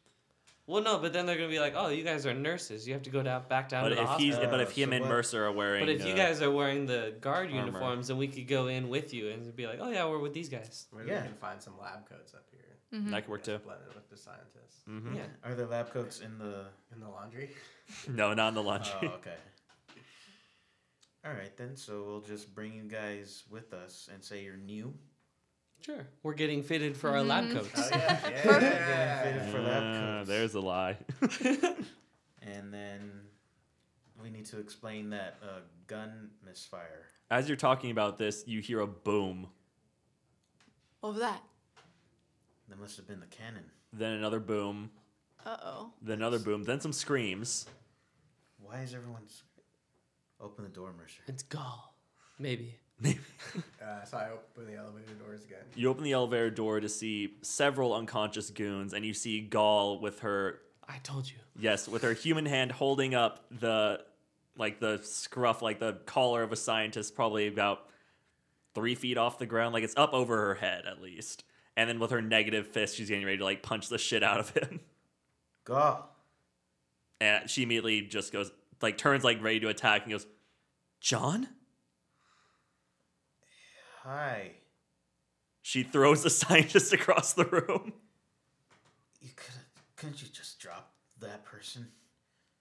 D: Well, no, but then they're gonna be like, oh, you guys are nurses. You have to go down back down
A: But
D: to the
A: if he's,
D: hospital.
A: but if
C: Uh,
A: him
C: so
A: and
C: what-
A: Mercer are wearing,
D: But if you
A: uh,
D: guys are wearing the guard
A: armor.
D: uniforms, then we could go in with you and be like, oh yeah, we're with these guys.
E: Maybe
C: Yeah.
E: we can find some lab coats up here.
B: Mm-hmm.
A: that could work too.
E: Just Blend in with the scientists
A: Mhm.
D: Yeah.
C: Are there lab coats in the?
E: in
B: <laughs>
E: the laundry.
A: No, not in the
C: Oh,
A: laundry.
C: okay. All right then. So we'll just bring you guys with us and say you're new.
D: Sure. We're getting fitted for our
B: Mm-hmm.
D: lab coats.
E: Oh, yeah,
C: Fitted
A: <laughs>
C: for lab
A: Ah,
C: coats.
A: there's a lie.
C: And then we need to explain that uh, gun misfire.
A: As you're talking about this, you hear a boom,
B: What was that?
C: That must have been the cannon.
A: then another boom,
B: Uh oh.
A: then another boom, then some screams. <laughs>
C: Why is everyone's? Open the door, Mercer.
D: it's gall. Maybe.
E: Uh, so I open the elevator doors again.
A: You open the elevator door to see several unconscious goons, and you see Gall with her
D: I told
A: <laughs>
D: you.
A: Yes, with her human hand holding up the like the scruff, like the collar of a scientist, probably about three feet off the ground. Like it's up over her head at least. And then with her negative fist, she's getting ready to like punch the shit out of him.
C: Gaul.
A: And she immediately just goes like turns like ready to attack and goes, John?
C: Hi.
A: She throws the <laughs> scientist across the room.
C: You could couldn't you just drop that person?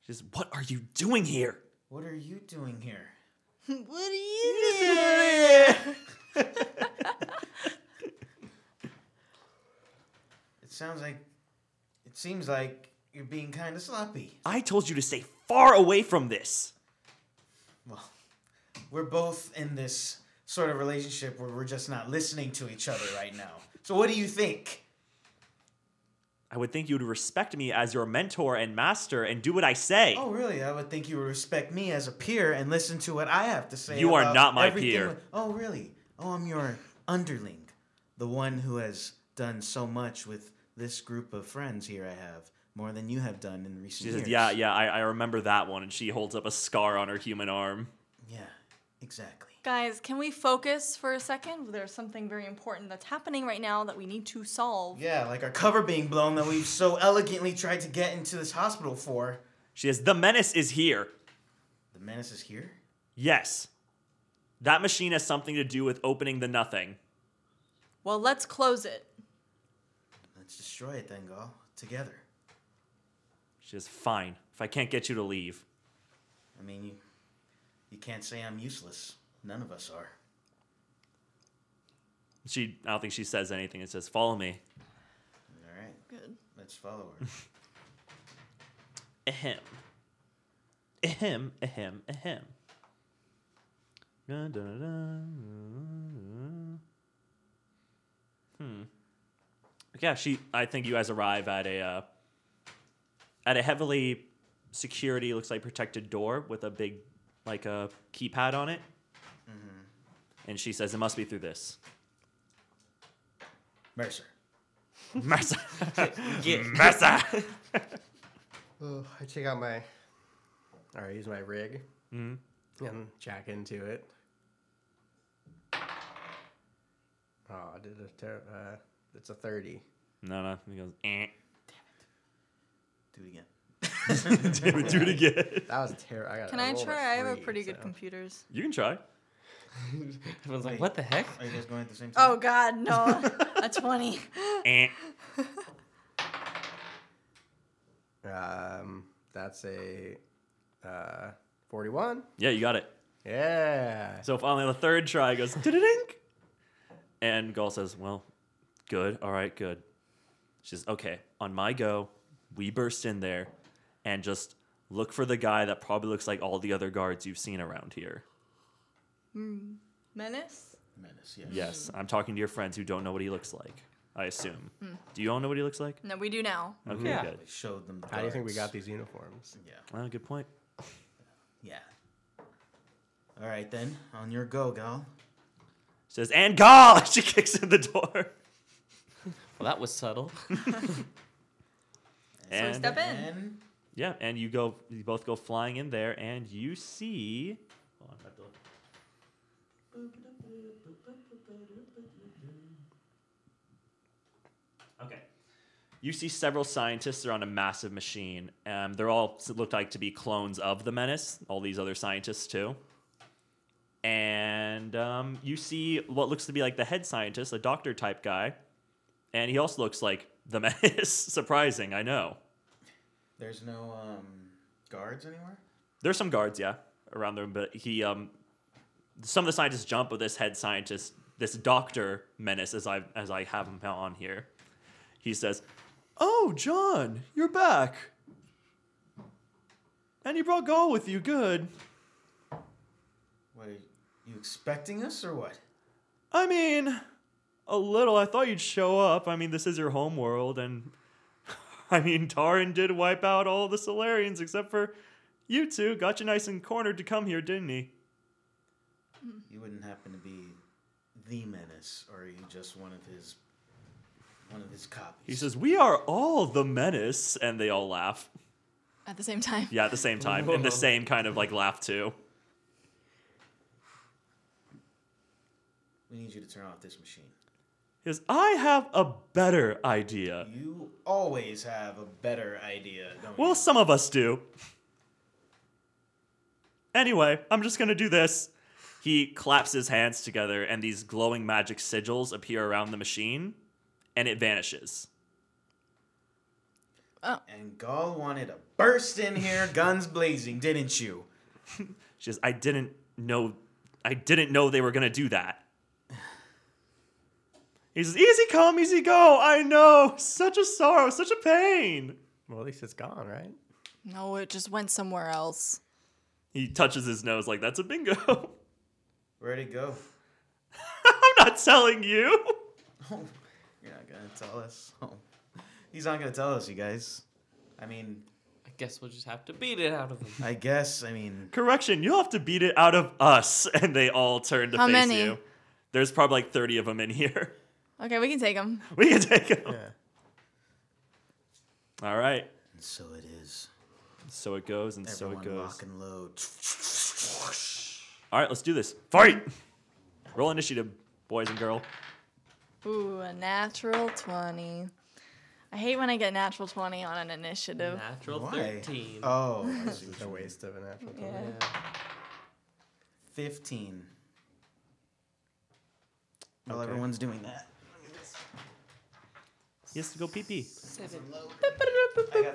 A: She says, What are you doing here?
C: What are you doing here?
B: What are you
C: It sounds like it seems like you're being kind of sloppy.
A: I told you to stay far away from this.
C: Well, we're both in this sort of relationship where we're just not listening to each other right now. So what do you think?
A: I would think you would respect me as your mentor and master and do what I say.
C: Oh, really? I would think you would respect me as a peer and listen to what I have to say.
A: You are
C: about
A: not my
C: everything
A: peer.
C: with- Oh, really? Oh, I'm your underling, the one who has done so much with this group of friends here. I have more than you have done in recent
A: She
C: years.
A: says, "Yeah, yeah, I, I remember that one." And she holds up a scar on her human arm.
C: yeah, exactly.
B: Guys, can we focus for a second? There's something very important that's happening right now that we need to solve.
C: Yeah, like our cover being blown that we've so elegantly tried to get into this hospital for.
A: She says, "The menace is here."
C: The menace is here.
A: Yes, that machine has something to do with opening the nothing.
B: Well, let's close it.
C: Let's destroy it then, Gaul. Together.
A: She says, "Fine, if I can't get you to leave."
C: I mean, you, you can't say I'm useless. None of us are.
A: She, I don't think she says anything. It says, "Follow me."
C: All right,
B: Good.
C: let's follow her.
A: Ahem. Ahem. Ahem. Ahem. Dun, dun, dun, dun, dun, dun. Hmm. Yeah, she. I think you guys arrive at a uh, at a heavily security looks like protected door with a big like a keypad on it. And she says it must be through this.
C: Mercer.
A: Mercer.
D: Yeah.
A: Mercer.
E: Oh, I take out my. Or I use my rig
B: Mm-hmm.
E: and jack into it. Oh, I did a ter- uh, It's a thirty.
A: <laughs> No, no. He goes. Eh.
C: Do it again.
A: Damn it, do it again.
E: That was terrible.
D: Uh,
E: I got.
B: Can I try? I have a pretty good computers.
A: You can try.
D: Everyone's like, what the heck?
C: Are you guys going at the same time?
B: Oh God, <laughs> no! a twenty.
A: Eh.
E: Um, that's a uh, forty-one.
A: Yeah, you got it.
E: Yeah.
A: So finally, the third try goes dink, and Gaul says, "Well, good. All right, good." She says, "Okay, on my go, we burst in there, and just look for the guy that probably looks like all the other guards you've seen around here."
B: Menace.
C: Menace, yes.
A: Yes, I'm talking to your friends who don't know what he looks like. I assume.
D: Hmm.
A: Do you all know what he looks like?
B: No, we do now.
A: Okay,
E: Yeah.
A: good.
C: They showed them. The
E: How do you think we got
C: cards.
E: these uniforms?
C: Yeah.
A: Well, good point.
C: Yeah. All right then, on your go, gal.
A: Says, and Gall! <laughs> She kicks in the door.
D: Well, that was subtle.
B: So we
A: And-
B: step in.
C: And
A: Yeah, and you go, you both go flying in there, and you see. Hold on, I have to look. Okay. You see several scientists are on a massive machine. Um, they're all s- look like to be clones of the Menace. All these other scientists too. And um, you see what looks to be like the head scientist, a doctor type guy, and he also looks like the <laughs> Menace. Surprising, I know.
C: there's no um, guards anywhere.
A: There's some guards, yeah, around the room, but he um some of the scientists jump, but this head scientist, this doctor menace, as I as I have him on here, he says, "Oh, John, you're back, and you brought Gaul with you. Good.
C: What are you, you expecting us or what?
A: I mean, a little. I thought you'd show up. I mean, this is your homeworld, and <laughs> I mean, Taran did wipe out all the Solarians except for you two. Got you nice and cornered to come here, didn't he?"
C: You wouldn't happen to be the menace, or are you just one of his one of his copies?
A: He says, "We are all the menace," and they all laugh.
B: At the same time.
A: Yeah, at the same time, in the
D: Whoa.
A: same kind of like laugh too.
C: "We need you to turn off this machine."
A: He says, "I have a better idea."
C: You always have a better idea, don't
A: Well,
C: you?
A: some of us do. Anyway, I'm just gonna do this. He claps his hands together, and these glowing magic sigils appear around the machine, and it vanishes.
C: And Gaul wanted to burst in here, <laughs> guns blazing, didn't you?
A: She says, "I didn't know, I didn't know they were gonna do that." He says, "Easy come, easy go. I know, such a sorrow, such a pain."
E: Well, at least it's gone, right?
B: <laughs> No, it just went somewhere else.
A: He touches his nose like that's a bingo. <laughs> I'm
C: Where'd it go? <laughs>
A: not telling you.
C: Oh, you're not gonna tell us. <laughs> Oh, he's not gonna tell us, you guys. I mean,
D: I guess we'll just have to beat it out of him.
C: I guess. I mean,
A: Correction, you'll have to beat it out of us. And they all turn to
B: How
A: face
B: many?
A: you. There's probably like 30 of them in here. <laughs>
B: Okay, we can take them.
A: We can take them.
E: Yeah.
A: All right.
C: and so it is.
A: So it goes, and
C: Everyone
A: so it goes.
C: lock and load.
A: All right, let's do this. Fight! Roll initiative, boys and girl.
B: Ooh, a natural 20. I hate when I get natural 20 on an initiative.
D: Natural
C: Why?
D: 13.
C: Oh, I see what
E: <laughs> It's
C: you
E: a
C: mean.
E: waste of an natural
B: Yeah.
E: twenty.
C: fifteen. Well,
E: Okay.
C: everyone's doing that.
A: He has to go pee pee.
C: I got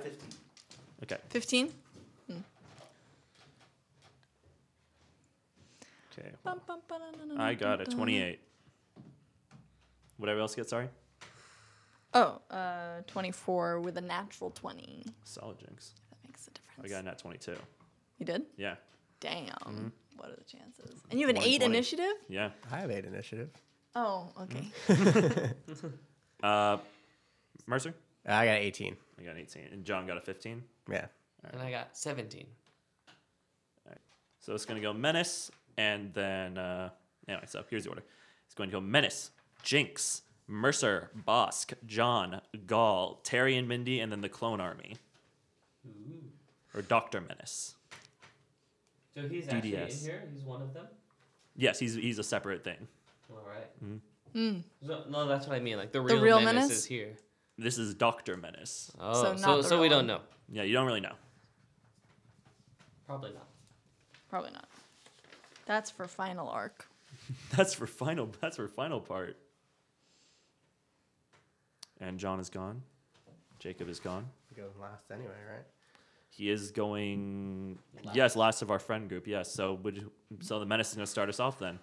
C: fifteen.
A: Okay.
B: 15?
A: Okay. I got a 28. Whatever else get, sorry?
B: Oh, uh, 24 with a natural 20.
A: Solid jinx.
B: That makes a difference.
A: I got a nat 22.
B: You did?
A: Yeah.
B: Damn. What are the chances? And you have an 8
A: 120.
B: initiative?
A: Yeah.
E: I have eight initiative.
B: Oh, okay.
A: Uh, Mercer?
E: I got eighteen.
A: I got an 18. And John got a 15.
E: Yeah.
D: And I got 17.
A: So it's going to go Menace, and then, uh, anyway, so here's the order. It's going to go Menace, Jinx, Mercer, Bosk, John, Gall, Terry and Mindy, and then the Clone Army. Or Dr. Menace.
D: So he's
A: actually in DDS.
D: here? He's one of them?
A: Yes, he's, he's a separate thing.
D: Alright.
A: Mm-hmm.
D: No, no, that's what I mean. Like the
B: Hmm. The
D: real,
B: real
D: menace,
B: menace?
D: is here.
A: This is Dr. Menace.
D: Oh, so
B: not
D: so,
B: the real
D: we don't
B: one.
D: know.
A: Yeah, you don't really know.
D: Probably not.
B: Probably not. That's for final arc.
A: <laughs> That's for final. That's for final part. And John is gone. Jacob is gone.
E: It goes last anyway, right?
A: He is going. Yes, last of our friend group. Yes. So would you- so the menace is going to start us off then.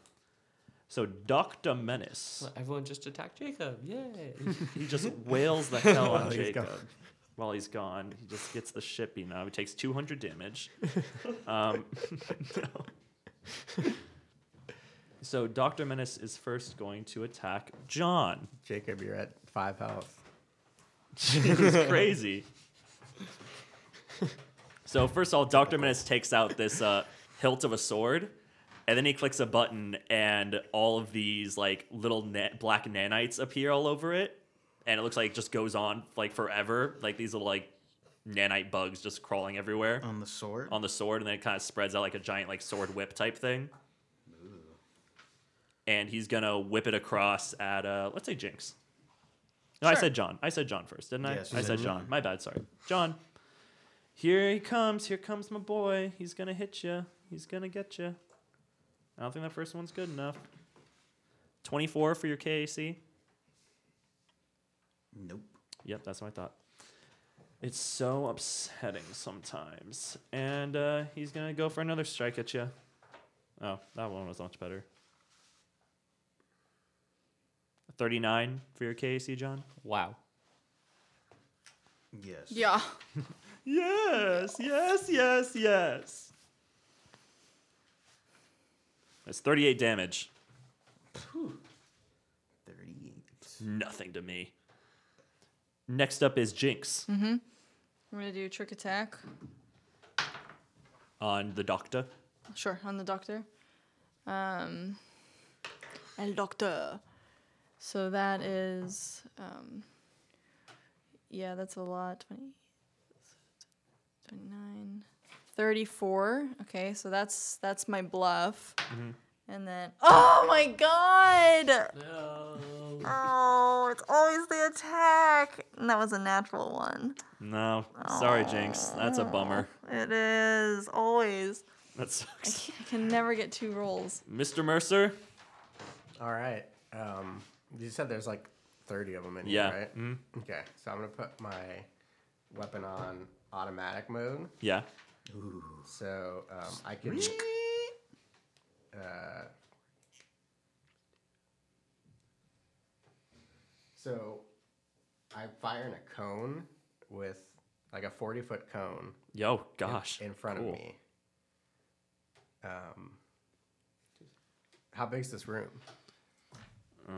A: So Doctor Menace,
D: Well, everyone just attacked Jacob. Yay.
A: he just wails the
E: <laughs>
A: hell out
E: While
A: of
E: Oh, he's
A: Jacob.
E: gone.
A: While he's gone, he just gets the shit beaten out. of him. He takes 200
E: <laughs>
A: damage. Um, <laughs> no. So Doctor Menace is first going to attack John.
E: Jacob, you're at five health.
A: It's crazy. so first of all, Doctor Menace takes out this uh, hilt of a sword, and then he clicks a button, and all of these like little na- black nanites appear all over it, and it looks like it just goes on like forever, like these little like nanite bugs just crawling everywhere
C: on the sword.
A: on the sword, and then it kind of spreads out like a giant like sword whip type thing. And he's gonna whip it across at uh, let's say Jinx. No, I
B: Sure.
A: said John. I said John first, didn't I?
C: Yes, you
A: I said
C: said John.
A: John. My bad. Sorry, John. Here he comes. Here comes my boy. He's gonna hit you. He's gonna get you. I don't think that first one's good enough. Twenty-four for your KAC.
C: nope.
A: Yep, that's what I thought. It's so upsetting sometimes. And uh, he's going to go for another strike at you. Oh, that one was much better. 39 for your KAC, John?
E: Wow.
C: Yes.
B: Yeah.
A: Yes, yes, yes, yes. That's 38 damage.
C: Thirty-eight.
A: Nothing to me. Next up is Jinx
B: I'm gonna do trick attack.
A: on the Doctor.
B: Sure, on the doctor. Um, El Doctor. So that is, um, yeah, that's a lot. 20, 29, 34. Okay, so that's that's my bluff. And then, oh my god!
D: No.
B: Oh, it's always the attack. And that was a natural one.
A: No, sorry, Jinx. That's a bummer.
B: It is always.
A: That
B: I,
A: sucks.
B: can't, I can never get two rolls.
A: Mr. Mercer?
E: All right. Um, you said there's like 30 of them in
A: Yeah.
E: here, right? Mm-hmm. Okay. So I'm going to put my weapon on automatic mode.
A: Yeah.
E: So um, I can. Uh, so I fire in a cone with like a 40 foot cone
A: Yo, gosh.
E: in front
A: Cool.
E: of me. Um, how big's this room?
A: Uh,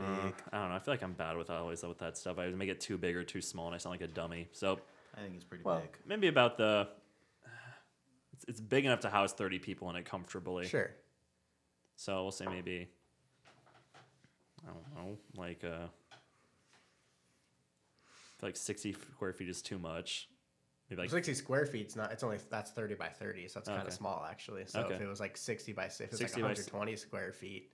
A: I don't know. I feel like I'm bad with always with that stuff. I make it too big or too small, and I sound like a dummy. So
C: I think it's pretty
E: Well,
C: big.
A: maybe about the. It's, it's big enough to house 30 people in it comfortably.
E: Sure.
A: So we'll say maybe. I don't know. Like uh. I feel like 60 square feet is too much. Maybe like
E: 60 square feet's not it's only that's 30 by 30 so it's kind
A: Okay.
E: of small actually so if
A: Okay.
E: it was like 60 by si- if it's
A: 60
E: like
A: by
E: 120 square feet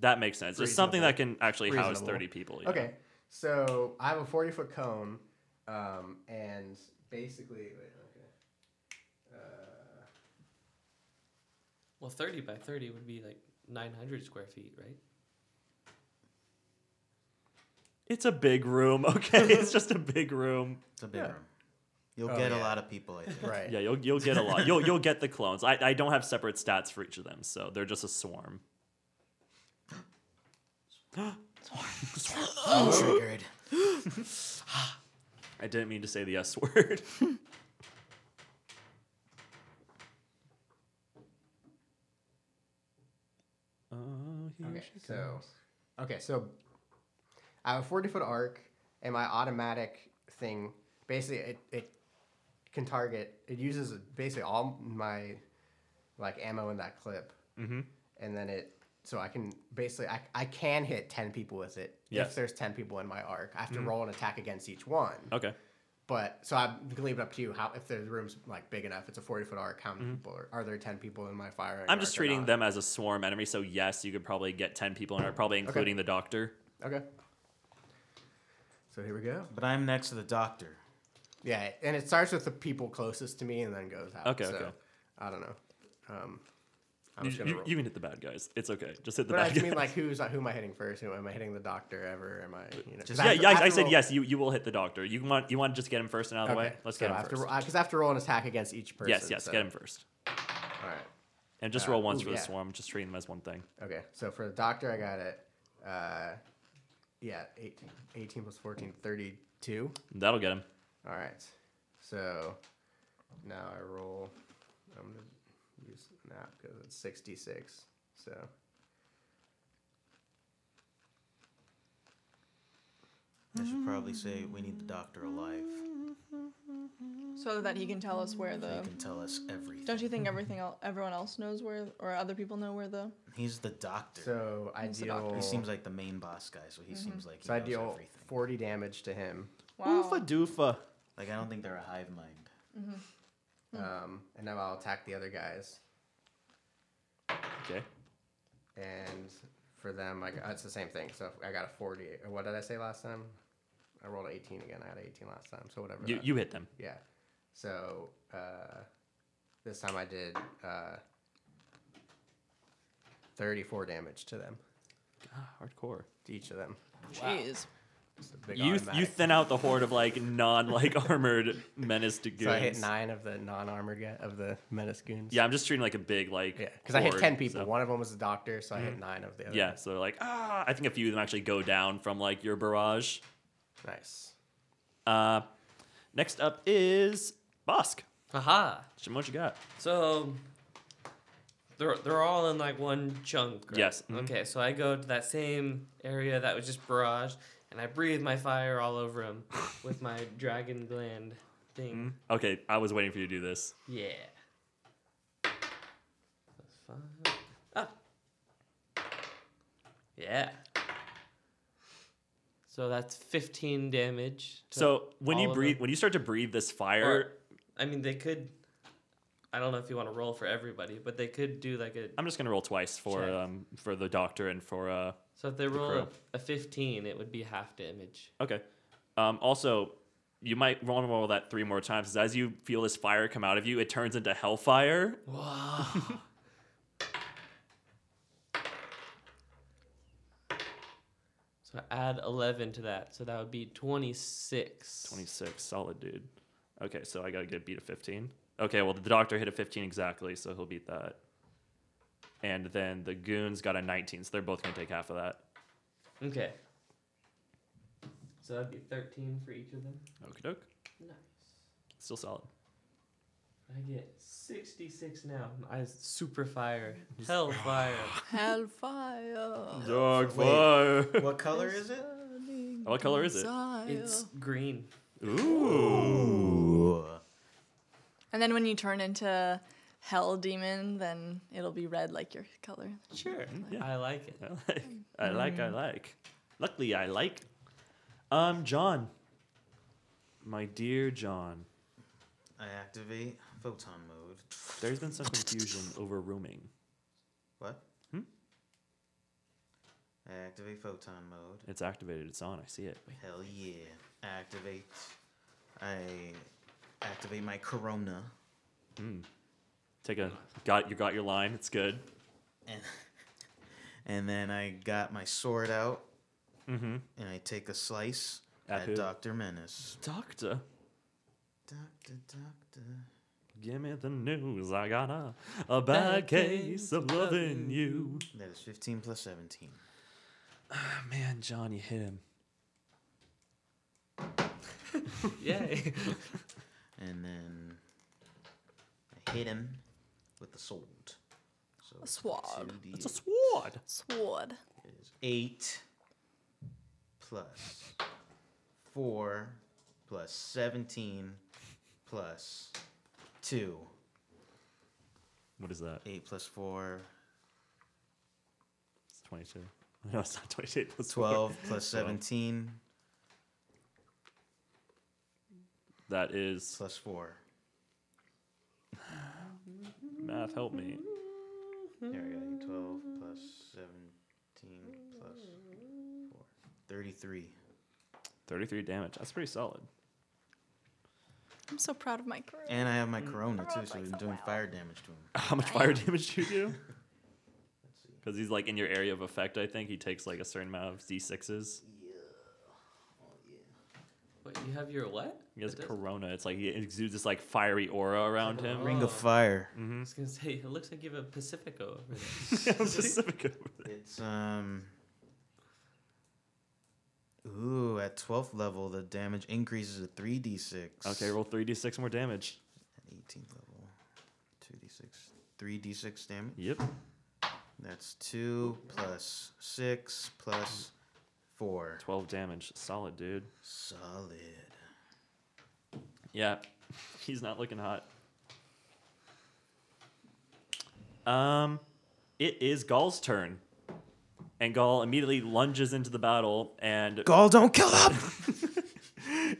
A: that makes sense. It's something
E: Reasonable.
A: that can actually house
E: Reasonable.
A: 30 people. yeah.
E: okay so i have a 40 foot cone um, and basically wait, okay.
D: Well, 30 by 30 would be like 900 square feet, right?
A: It's a big room. <laughs> Okay. it's just a big room.
C: It's a big
E: Yeah.
C: room. You'll
E: Oh,
C: get a
E: yeah.
C: lot of people. I think.
A: <laughs>
E: right
A: Yeah, you'll you'll get a lot. You'll you'll get the clones. I, I don't have separate stats for each of them, so they're just a swarm.
C: Triggered.
A: I didn't mean to say the S <laughs> word. oh, here
E: okay
A: she
E: so okay so i have a 40 foot arc and my automatic thing basically it, it can target it uses basically all my like ammo in that clip
A: Mm-hmm.
E: and then it so I can basically I, I can hit ten people with it
A: Yes. Mm-hmm. Oh.
E: if there's ten people in my arc. I have to roll an attack against each one.
A: Okay.
E: But so I'm gonna leave it up to you how if the room's like big enough. It's a forty foot arc. How many people are, are there? Ten people in my fire?
A: Mm-hmm. I'm just treating them as a swarm enemy, so yes, you could probably get ten people in there, probably including the doctor.
E: Okay. So here we go.
C: But I'm next to the doctor.
E: Yeah, and it starts with the people closest to me and then goes out.
A: Okay,
E: so,
A: okay.
E: I don't know. Um, I'm
A: You,
E: just gonna
A: you-
E: roll.
A: you can hit the bad guys. It's okay. Just hit the
E: but I
A: bad
E: just
A: guys.
E: mean
A: <laughs>
E: like who's who am I hitting first? Who am I hitting? The doctor ever? Am I? You know,
A: <laughs>
E: 'cause
A: yeah,
E: have to-
A: yeah.
E: have
A: I, I
E: to
A: said
E: roll-
A: yes. You you will hit the doctor. You want you want to just get him first and out of the way. Let's
E: so
A: get him
E: after,
A: first.
E: Because I have to roll an attack against each person.
A: yes, yes.
E: so-
A: Get him first,
E: All right.
A: and just
E: Uh,
A: roll once
E: ooh,
A: for the
E: yeah.
A: swarm. Just treating them as one thing.
E: Okay. So for the doctor, I got it. Uh, yeah, eight, 18 plus 14, 32.
A: That'll get him.
E: All right. So now I roll. I'm going to use an app because it's 66. So.
C: I should probably say we need the doctor alive.
B: so that he can tell us where
C: He
B: the.
C: can tell us everything.
B: Don't you think everything el everyone else knows where, or other people know where the?
C: He's the doctor.
E: So
B: He's the
E: ideal.
B: doctor.
C: he seems like the main boss guy, so he seems like he
E: so
C: knows
E: ideal.
C: everything.
E: Forty damage to him,
B: Wow.
G: Oofa doofa.
C: Like I don't think they're a hive mind.
E: <laughs> um, and now I'll attack the other guys.
A: Okay.
E: And for them, I got, it's the same thing. So I got a forty. uh, What did I say last time? I rolled an eighteen again. I had an eighteen last time. So whatever.
A: You,
E: that-
A: you hit them.
E: Yeah. So uh, this time I did uh, 34 damage to them,
A: Ah, hardcore.
E: to each of them.
B: Jeez.
E: It's a big
A: You you
E: automatic.
A: thin out the horde of like non like <laughs> armored menace to goons.
E: so I hit nine of the non-armored guy, of the menace goons.
A: Yeah, I'm just treating like a big like.
E: Yeah, because I hit
A: horde,
E: ten people.
A: so-
E: One of them was a doctor, so I hit nine of the other.
A: Yeah, so they're like ah. I think a few of them actually go down from like your barrage.
E: ones. Nice.
A: Uh, next up is Bosk.
D: Haha.
A: Shimon, What you got?
D: So they're they're all in like one chunk. Right?
A: Yes, mhm.
D: Okay, so I go to that same area that was just barraged, and I breathe my fire all over him with my dragon gland thing.
A: Okay, I was waiting for you to do this.
D: Yeah. Plus five. Ah. Yeah. So that's fifteen damage. to
A: So when you
D: all of them.
A: breathe, when you start to breathe this fire,
D: Or, I mean, they could. I don't know if you want to roll for everybody, but they could do like a.
A: I'm just gonna roll twice for
D: Check.
A: um for the doctor and for uh
D: So if they roll a,
A: crow.
D: a 15, it would be half damage.
A: okay. Um, also, you might want to roll that three more times. 'cause As you feel this fire come out of you, it turns into hellfire.
D: Wow. so add 11 to that. So that would be 26.
A: Twenty six, solid dude. Okay, so I gotta get beat a fifteen. Okay, well the doctor hit a fifteen exactly, so he'll beat that. And then the goons got a nineteen, so they're both gonna take half of that.
D: Okay. So that'd be 13 for each of them.
A: Okie doke.
D: Nice.
A: Still solid.
D: I get 66 now. I super fire. <sighs> Hell fire.
B: Hellfire.
A: Dog
C: Wait.
A: fire.
C: What color is it?
A: <laughs> what color is it?
D: It's green.
A: Ooh.
C: Ooh.
B: And then when you turn into hell demon, then it'll be red like your color.
D: Sure.
A: yeah.
D: I
A: <laughs>
D: like it.
A: I like. I like. I like. Luckily, I like. Um, John. My dear John,
C: I activate photon mode.
A: there's been some <laughs> confusion over rooming.
C: What?
A: Hmm?
C: I activate photon mode.
A: It's activated. It's on. I see it.
C: Hell yeah. Activate. I activate my corona.
A: Hmm. Take a. Got you. Got your line. It's good.
C: And, and then I got my sword out.
A: Mm-hmm.
C: And I take a slice
A: At
C: at,
A: who?
C: Dr. Menace.
A: Doctor,
C: Doctor, doctor.
A: give me the news. I got a a bad case of loving you. Oh,
C: That is 15 plus 17.
A: Man, John, you hit him.
D: Yay.
C: And then I hit him with the sword. So
B: A sword.
C: 2D
A: It's a sword.
B: Sword.
C: is 8 plus 4 plus 17 plus 2.
A: What is that?
C: 8 plus 4,
A: It's 22. <laughs> No, it's not 22. It's
C: 12 plus 17
A: That is
C: plus 4.
A: math. Help me.
C: There we go. 12 plus 17 plus 4. 33.
A: 33 damage. That's pretty solid.
B: I'm so proud of my crew.
C: And I have my corona too,
F: Corona
C: so I'm
F: breaks a
C: doing
F: while.
C: fire damage to him.
A: How much fire damage do you do?
C: Let's see.
A: Because he's like in your area of effect. I think he takes like a certain amount of d6s.
D: What, you have your what?
A: He has
D: That does-
A: corona. It's like he exudes this like fiery aura around him. <laughs>
C: Ring of
D: Oh.
C: fire.
D: I was gonna say it looks like you have a Pacifico over
A: <laughs>
D: there.
A: Specific over there.
C: It's um. Ooh, at 12th level, the damage increases to 3d6.
A: Okay, roll 3d6 more damage.
C: At 18th level, 2d6, 3d6 damage.
A: Yep.
C: That's 2 plus 6 plus Four.
A: 12 damage. Solid, dude.
C: Solid.
A: Yeah, <laughs> he's not looking hot. Um, it is Gaul's turn, and Gaul immediately lunges into the battle, and
C: Gall, don't kill up.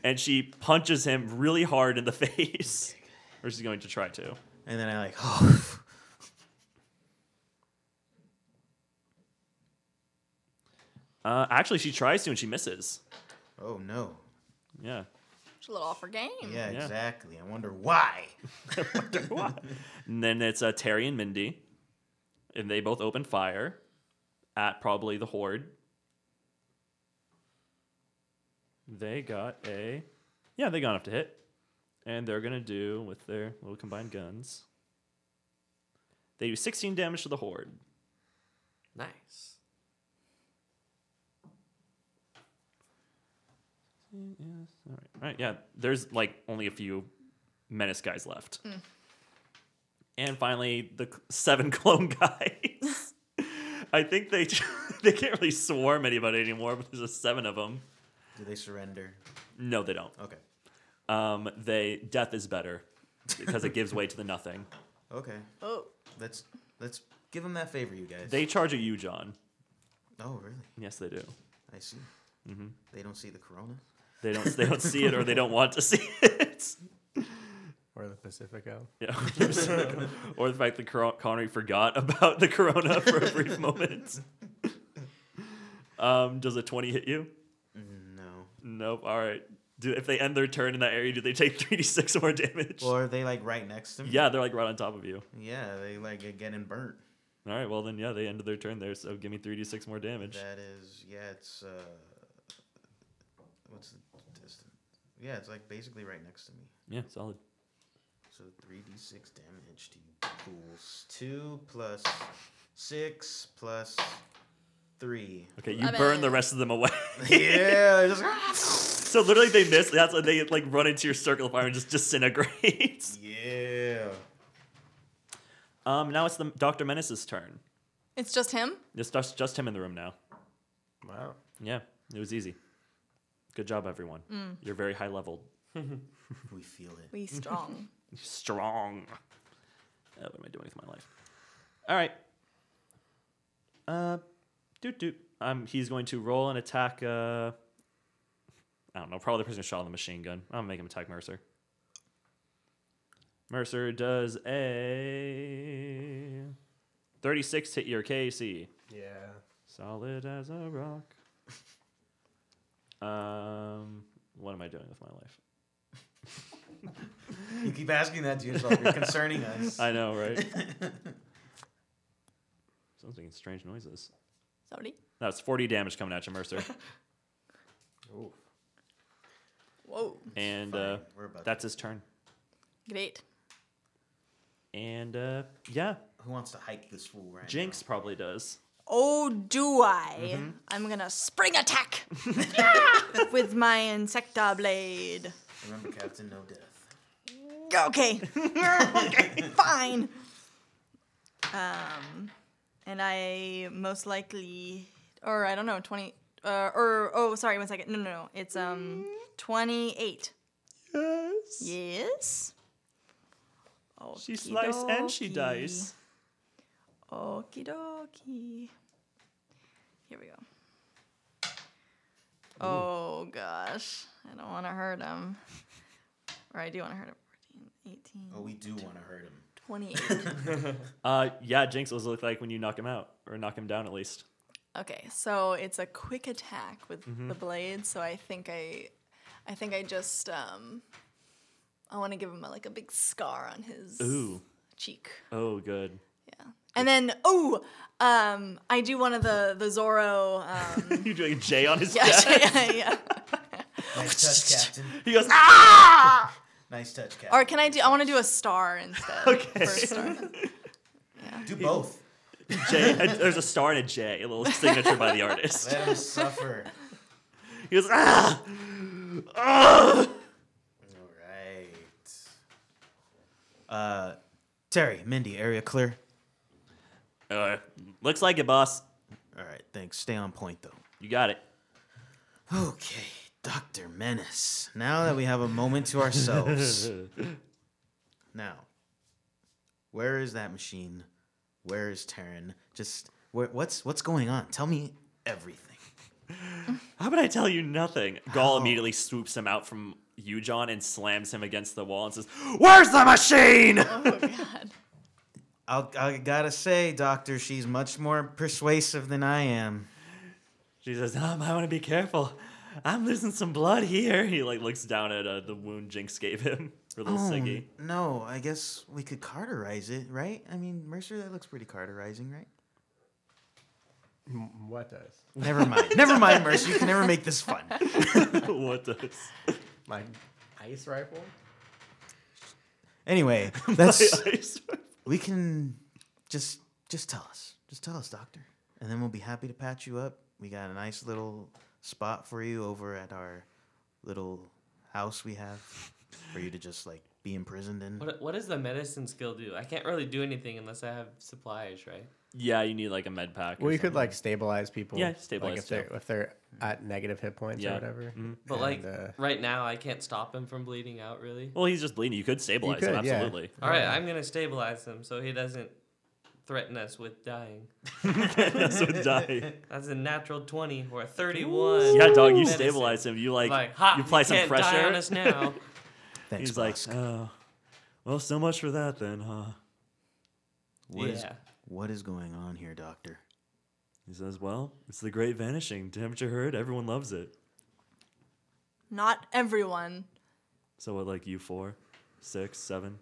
A: and she punches him really hard in the <laughs> face, or she's going to try to.
C: and then I like, <laughs> oh,
A: Uh, actually, she tries to and she misses.
C: oh no.
A: Yeah.
B: It's a little off her game.
C: Yeah,
A: Yeah.
C: exactly. I wonder why.
A: and then it's uh, Terry and Mindy, and they both open fire at probably the horde. They got a, yeah, they got enough to hit, and they're gonna do with their little combined guns. They do 16 damage to the horde.
D: Nice.
A: All right, all right, yeah. There's like only a few menace guys left, and finally the c- seven <laughs> clone guys. <laughs> I think they <laughs> they can't really swarm anybody anymore, but there's just seven of them.
C: Do they surrender?
A: No, they don't.
C: Okay.
A: Um, they death is better because it gives way to the nothing.
C: Okay.
B: Oh,
C: Let's let's give them that favor, you guys.
A: They charge at you, John.
C: oh really?
A: Yes, they do.
C: I see. They don't see the corona.
A: They don't they don't see it or they don't want to see <laughs> it.
E: Or the Pacifico.
A: <laughs> Yeah. or the fact that Cor- Connery forgot <laughs> about the corona for a brief moment. Um, does a 20 hit you?
C: No.
A: Nope. All right. Do, if they end their turn in that area, do they take <laughs> 3d6 more damage?
C: Well, are they like right next to me?
A: yeah, they're like right on top of you.
C: Yeah, they like are getting burnt.
A: All right. Well, then, yeah, they ended their turn there, so give me 3d6 more damage.
C: That is, yeah, it's uh, what's the distance? Yeah, it's like basically right next to me.
A: Yeah, solid.
C: So three d six damage to you fools. Two plus six plus three.
A: Okay, you burn the
B: Eleven.
A: rest of them away. <laughs>
C: <laughs> yeah, just-
A: so literally, they miss. That's why they like run into your circle of fire and just <laughs> disintegrates.
C: yeah.
A: Um, now it's the Doctor Menace's turn.
B: it's just him.
A: It's just just him in the room now.
E: Wow.
A: Yeah, it was easy. Good job, everyone. You're very high leveled,
C: We feel it.
B: We strong.
A: strong. Uh, what am I doing with my life? All right. Uh, doot doot. Um, he's going to roll and attack. Uh, I don't know. Probably the person who shot the machine gun. I'll make him attack Mercer. Mercer does a thirty-six hit your KC.
E: Yeah.
A: Solid as a rock. Um, what am I doing with my life?
C: You keep asking that to yourself. You're concerning us.
A: I know,
C: <laughs>
A: right? Sounds making strange noises.
B: Somebody.
A: That's 40 damage coming at you,
C: <laughs>
A: Mercer.
E: Ooh.
B: Whoa,
A: And
C: Fine,
A: uh,
C: we're about
A: that's his turn.
B: great.
A: And uh, yeah,
C: to- who wants to hike this fool right
A: Jinx probably does.
B: Oh, do I? I'm gonna spring attack <laughs> with my insecta blade.
C: now? Remember, Captain, no death.
B: Okay.
A: <laughs>
B: okay. Fine. Um, and I most likely, or I don't know, twenty. Uh, or oh, sorry, one second. No, no, no. It's um, twenty-eight.
A: Yes.
B: Yes.
A: She slices and she
B: Okey-dokey.
A: dies.
B: Okie dokie. Here we go. Oh gosh, I don't want to hurt him. Or I do want to hurt him. 14, 18,
C: Oh, we do want to hurt him.
B: 28.
A: Uh, yeah, Jinx was look like when you knock him out or knock him down at least.
B: okay, so it's a quick attack with the blade. So I think I, I think I just um, I want to give him a, like a big scar on his
A: Ooh.
B: cheek.
A: Oh, good. <laughs>
B: And then oh, um, I do one of the the Zorro. Um,
A: You're doing J on his
B: yeah,
A: chest.
B: yeah, yeah.
C: Nice touch, Captain.
A: He
C: <laughs>
A: goes, ah!
C: Nice touch, Captain.
B: Or can I do? I want to do a star instead.
A: Okay.
B: First star.
C: do both?
A: J, a- there's a star and a J, a little signature by the artist.
C: Let him suffer.
A: He goes, ah!
C: All right. Uh, Terry, Mindy, area clear.
A: Uh, looks like it, boss.
C: All right, thanks. Stay on point though.
A: You got it.
C: Okay, Dr. Menace. Now that we have a moment to ourselves. now, where is that machine? Where is Taryn? Just where, what's what's going on? Tell me everything.
A: How about I tell you nothing? Gaul immediately swoops him out from you, John, and slams him against the wall and says, Where's the
E: <laughs>
A: machine?
B: Oh God.
C: I'll, I gotta say, Doctor, she's much more persuasive than I am.
A: She says, um, I want to be careful. I'm losing some blood here. He like looks down at uh, the wound Jinx gave him <laughs> for
E: Oh,
A: little Siggy.
C: Hmm, no, I guess we could carterize it, right? I mean, Mercer, that looks pretty carterizing, right?
E: M- What does?
C: Never mind. never mind, Mercer. You can never make this fun.
A: <laughs> what does?
E: My ice rifle?
C: Anyway, that's
A: I swear.
C: we can just just tell us just tell us doctor and then we'll be happy to patch you up we got a nice little spot for you over at our little house we have for you to just like be imprisoned in
D: What, what does the medicine skill do? I can't really do anything unless I have supplies, right?
A: <laughs> yeah, you need like a med pack. or
E: Well, you could
A: something.
E: like stabilize people.
A: Yeah,
E: like,
A: stabilize
E: if they're, if they're at negative hit points
A: Yeah. Mm-hmm.
E: or whatever.
D: But
E: And,
D: like
E: uh,
D: right now, I can't stop him from bleeding out. Really.
A: Well, he's just bleeding. You could stabilize him,
E: could, yeah.
A: absolutely. <laughs>
D: All right, I'm gonna stabilize him so he doesn't threaten us with dying.
A: so
E: <laughs>
A: die.
D: That's a natural twenty or a
A: <laughs>
D: thirty-one.
A: Yeah, dog, you
D: Medicine.
A: stabilize him. You like,
D: Like, ha,
A: you apply some
D: can't
A: pressure.
D: Die on
A: <laughs>
D: us now.
C: thanks
A: he's like,
C: Bosk.
A: oh, well, so much for that then, huh?
C: What is-
D: yeah.
C: what is going on here doctor
A: He says, well, it's the great vanishing. Haven't you heard? Everyone loves it.
B: Not everyone.
A: So what, like you four, six, seven?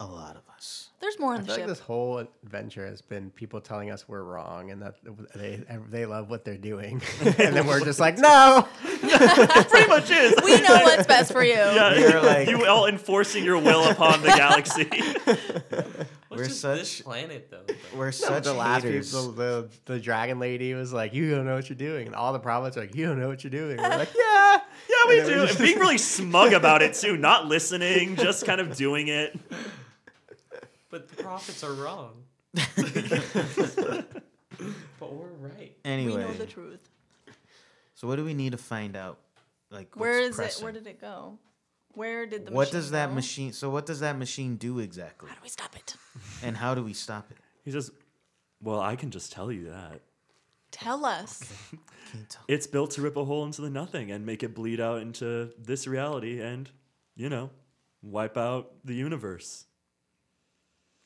C: a lot of us
B: There's more
E: I
B: on the
E: feel like
B: ship.
E: this whole adventure has been people telling us we're wrong and that they they love what they're doing, <laughs> and then we're just like, no.
A: Pretty much <laughs> is.
B: we
E: <laughs>
B: know what's best for you.
A: Yeah,
C: You're like-
A: you all enforcing your will upon the <laughs> galaxy.
D: What's
C: We're
D: with this
C: such-
D: planet though? bro?
C: we're such
E: the last
C: haters.
E: people, the, the dragon lady was like, "You don't know what you're doing," and all the prophets are like, "You don't know what you're doing."
B: <laughs>
E: We're like, "Yeah,
A: yeah, we
E: And then
A: do.
E: we
A: And being really smug about it too, not listening, just kind of doing it.
D: But the prophets
C: <laughs>
D: are wrong. but we're right.
B: We
C: anyway
B: know the truth.
C: so what do we need to find out like
B: Where
C: what's
B: is it?
C: pressing?
B: Where did it go? Where did the
C: what
B: machine
C: does that
B: go?
C: machine so what does that machine do exactly
B: How do we stop it?
C: and how do we stop it
A: He says, well, I can just tell you that.
B: Tell us.
C: can you tell
A: It's built to rip a hole into the nothing and make it bleed out into this reality and, you know, wipe out the universe.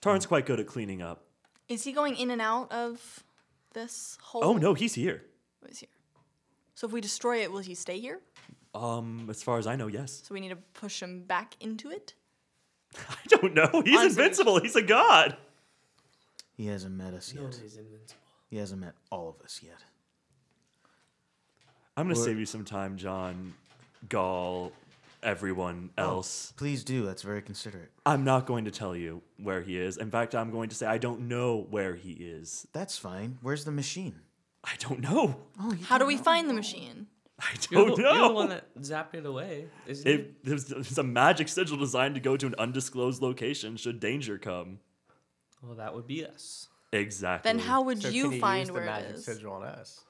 A: Tarn's quite good at cleaning up.
B: Is he going in and out of this hole?
A: Oh no, he's here.
B: Oh, he's here. So if we destroy it, will he stay here?
A: Um, as far as I know, yes. <laughs>
B: So we need to push him back into it.
A: I don't know. He's
B: Honestly-
A: invincible. He's a god.
C: he hasn't met us yet
D: He's invincible.
C: he hasn't met all of us yet
A: I'm gonna
C: Or-
A: save you some time, John, Gall, everyone else.
C: Please do. That's very considerate.
A: I'm not going to tell you where he is. In fact, I'm going to say I don't know where he is.
C: That's fine. Where's the machine?
A: I don't know. <laughs>
B: How do we find the machine?
A: I
D: You're,
A: don't
D: the,
A: know.
D: you're the one that zapped it away, isn't it?
A: It, there's, there's a magic sigil designed to go to an undisclosed location should danger come.
D: Well, that would be us.
A: Exactly.
B: Then how would
E: So can
B: you
E: use
B: find
E: the
B: where it
E: magic
B: is?
E: sigil on us?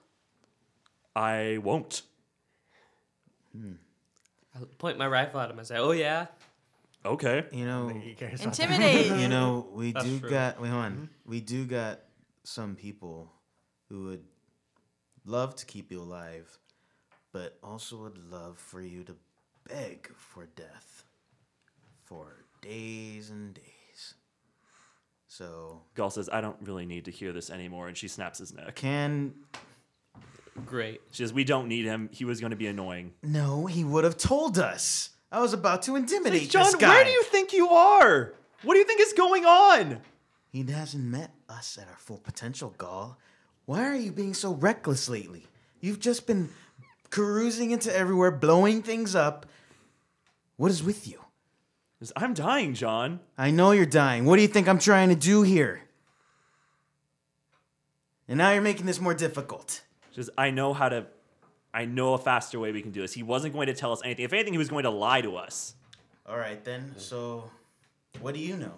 A: I won't.
D: I point my rifle at him and say, "Oh yeah,
A: Okay.
C: You know,
E: He cares about-
B: Intimidate. <laughs>
C: you know, we
D: That's
C: do
D: true.
C: got. Wait, hold
A: Mm-hmm.
C: on. We do got some people who would love to keep you alive, but also would love for you to beg for death for days and days. So
A: Gall says, I don't really need to hear this anymore, and she snaps his neck.
C: can
D: great."
A: She says, We don't need him. He was going to be annoying.
C: no, he would have told us. I was about to intimidate this
A: John,
C: guy.
A: where do you think you are? What do you think is going on?
C: He hasn't met us at our full potential, Gaul. Why are you being so reckless lately? You've just been carousing into everywhere, blowing things up. What is with you?
A: He says, I'm dying, John.
C: I know you're dying. What do you think I'm trying to do here? And now you're making this more difficult.
A: She says, I know how to. I know a faster way we can do this. He wasn't going to tell us anything. If anything, he was going to lie to us.
C: All right, then. So, what do you know?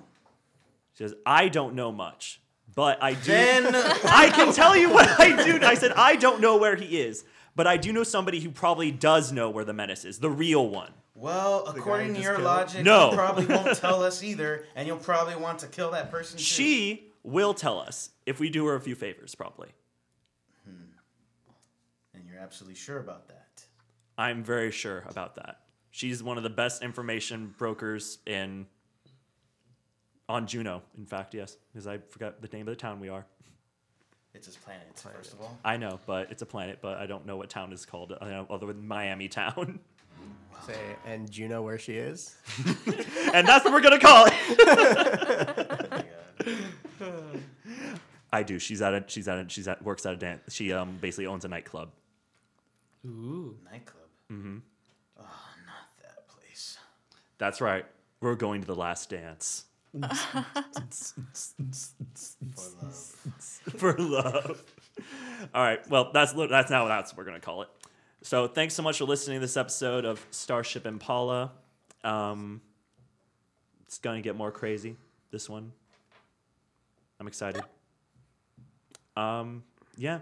A: She says, I don't know much, but I do.
C: Then,
G: <laughs>
A: I can tell you what I do. I said, I don't know where he is, But I do know somebody who probably does know where the menace is, the real one.
C: Well,
G: guy
C: according
G: you
C: to
G: just
C: your
G: killed?
C: logic,
A: No.
C: you probably won't
A: <laughs>
C: tell us either, and you'll probably want to kill that person. too.
A: She will tell us if we do her a few favors, probably.
C: And you're absolutely sure about that.
A: I'm very sure about that. She's one of the best information brokers in on Juno, in fact, yes, because I forgot the name of the town we are.
C: It's his planet, first of all.
A: I know, but it's a planet, but I don't know what town is called I know, other than Miami Town. <laughs>
E: Say, and do you know where she is?
A: and that's what we're going to call it. <laughs> I do. She's at a she's at a she's at works at a dance. She um basically owns a nightclub.
D: Ooh.
C: Nightclub.
A: Mhm.
C: Oh, not that place.
A: That's right. We're going to the last dance
C: For love.
A: for love. All right. Well, that's li- that's now that's what we're gonna call it. So thanks so much for listening to this episode of Starship Impala. Um, it's gonna get more crazy. This one. I'm excited. Um, yeah.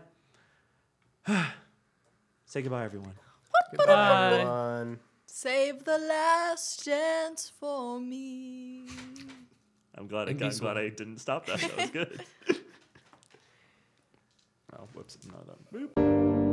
A: <sighs> Say goodbye, everyone.
E: Goodbye, everyone.
B: Save the last dance for me.
A: I'm glad I,
D: It'd be
A: got, I'm glad
D: so-
A: I didn't stop that. That was good. oh, whoops! No, that. boop.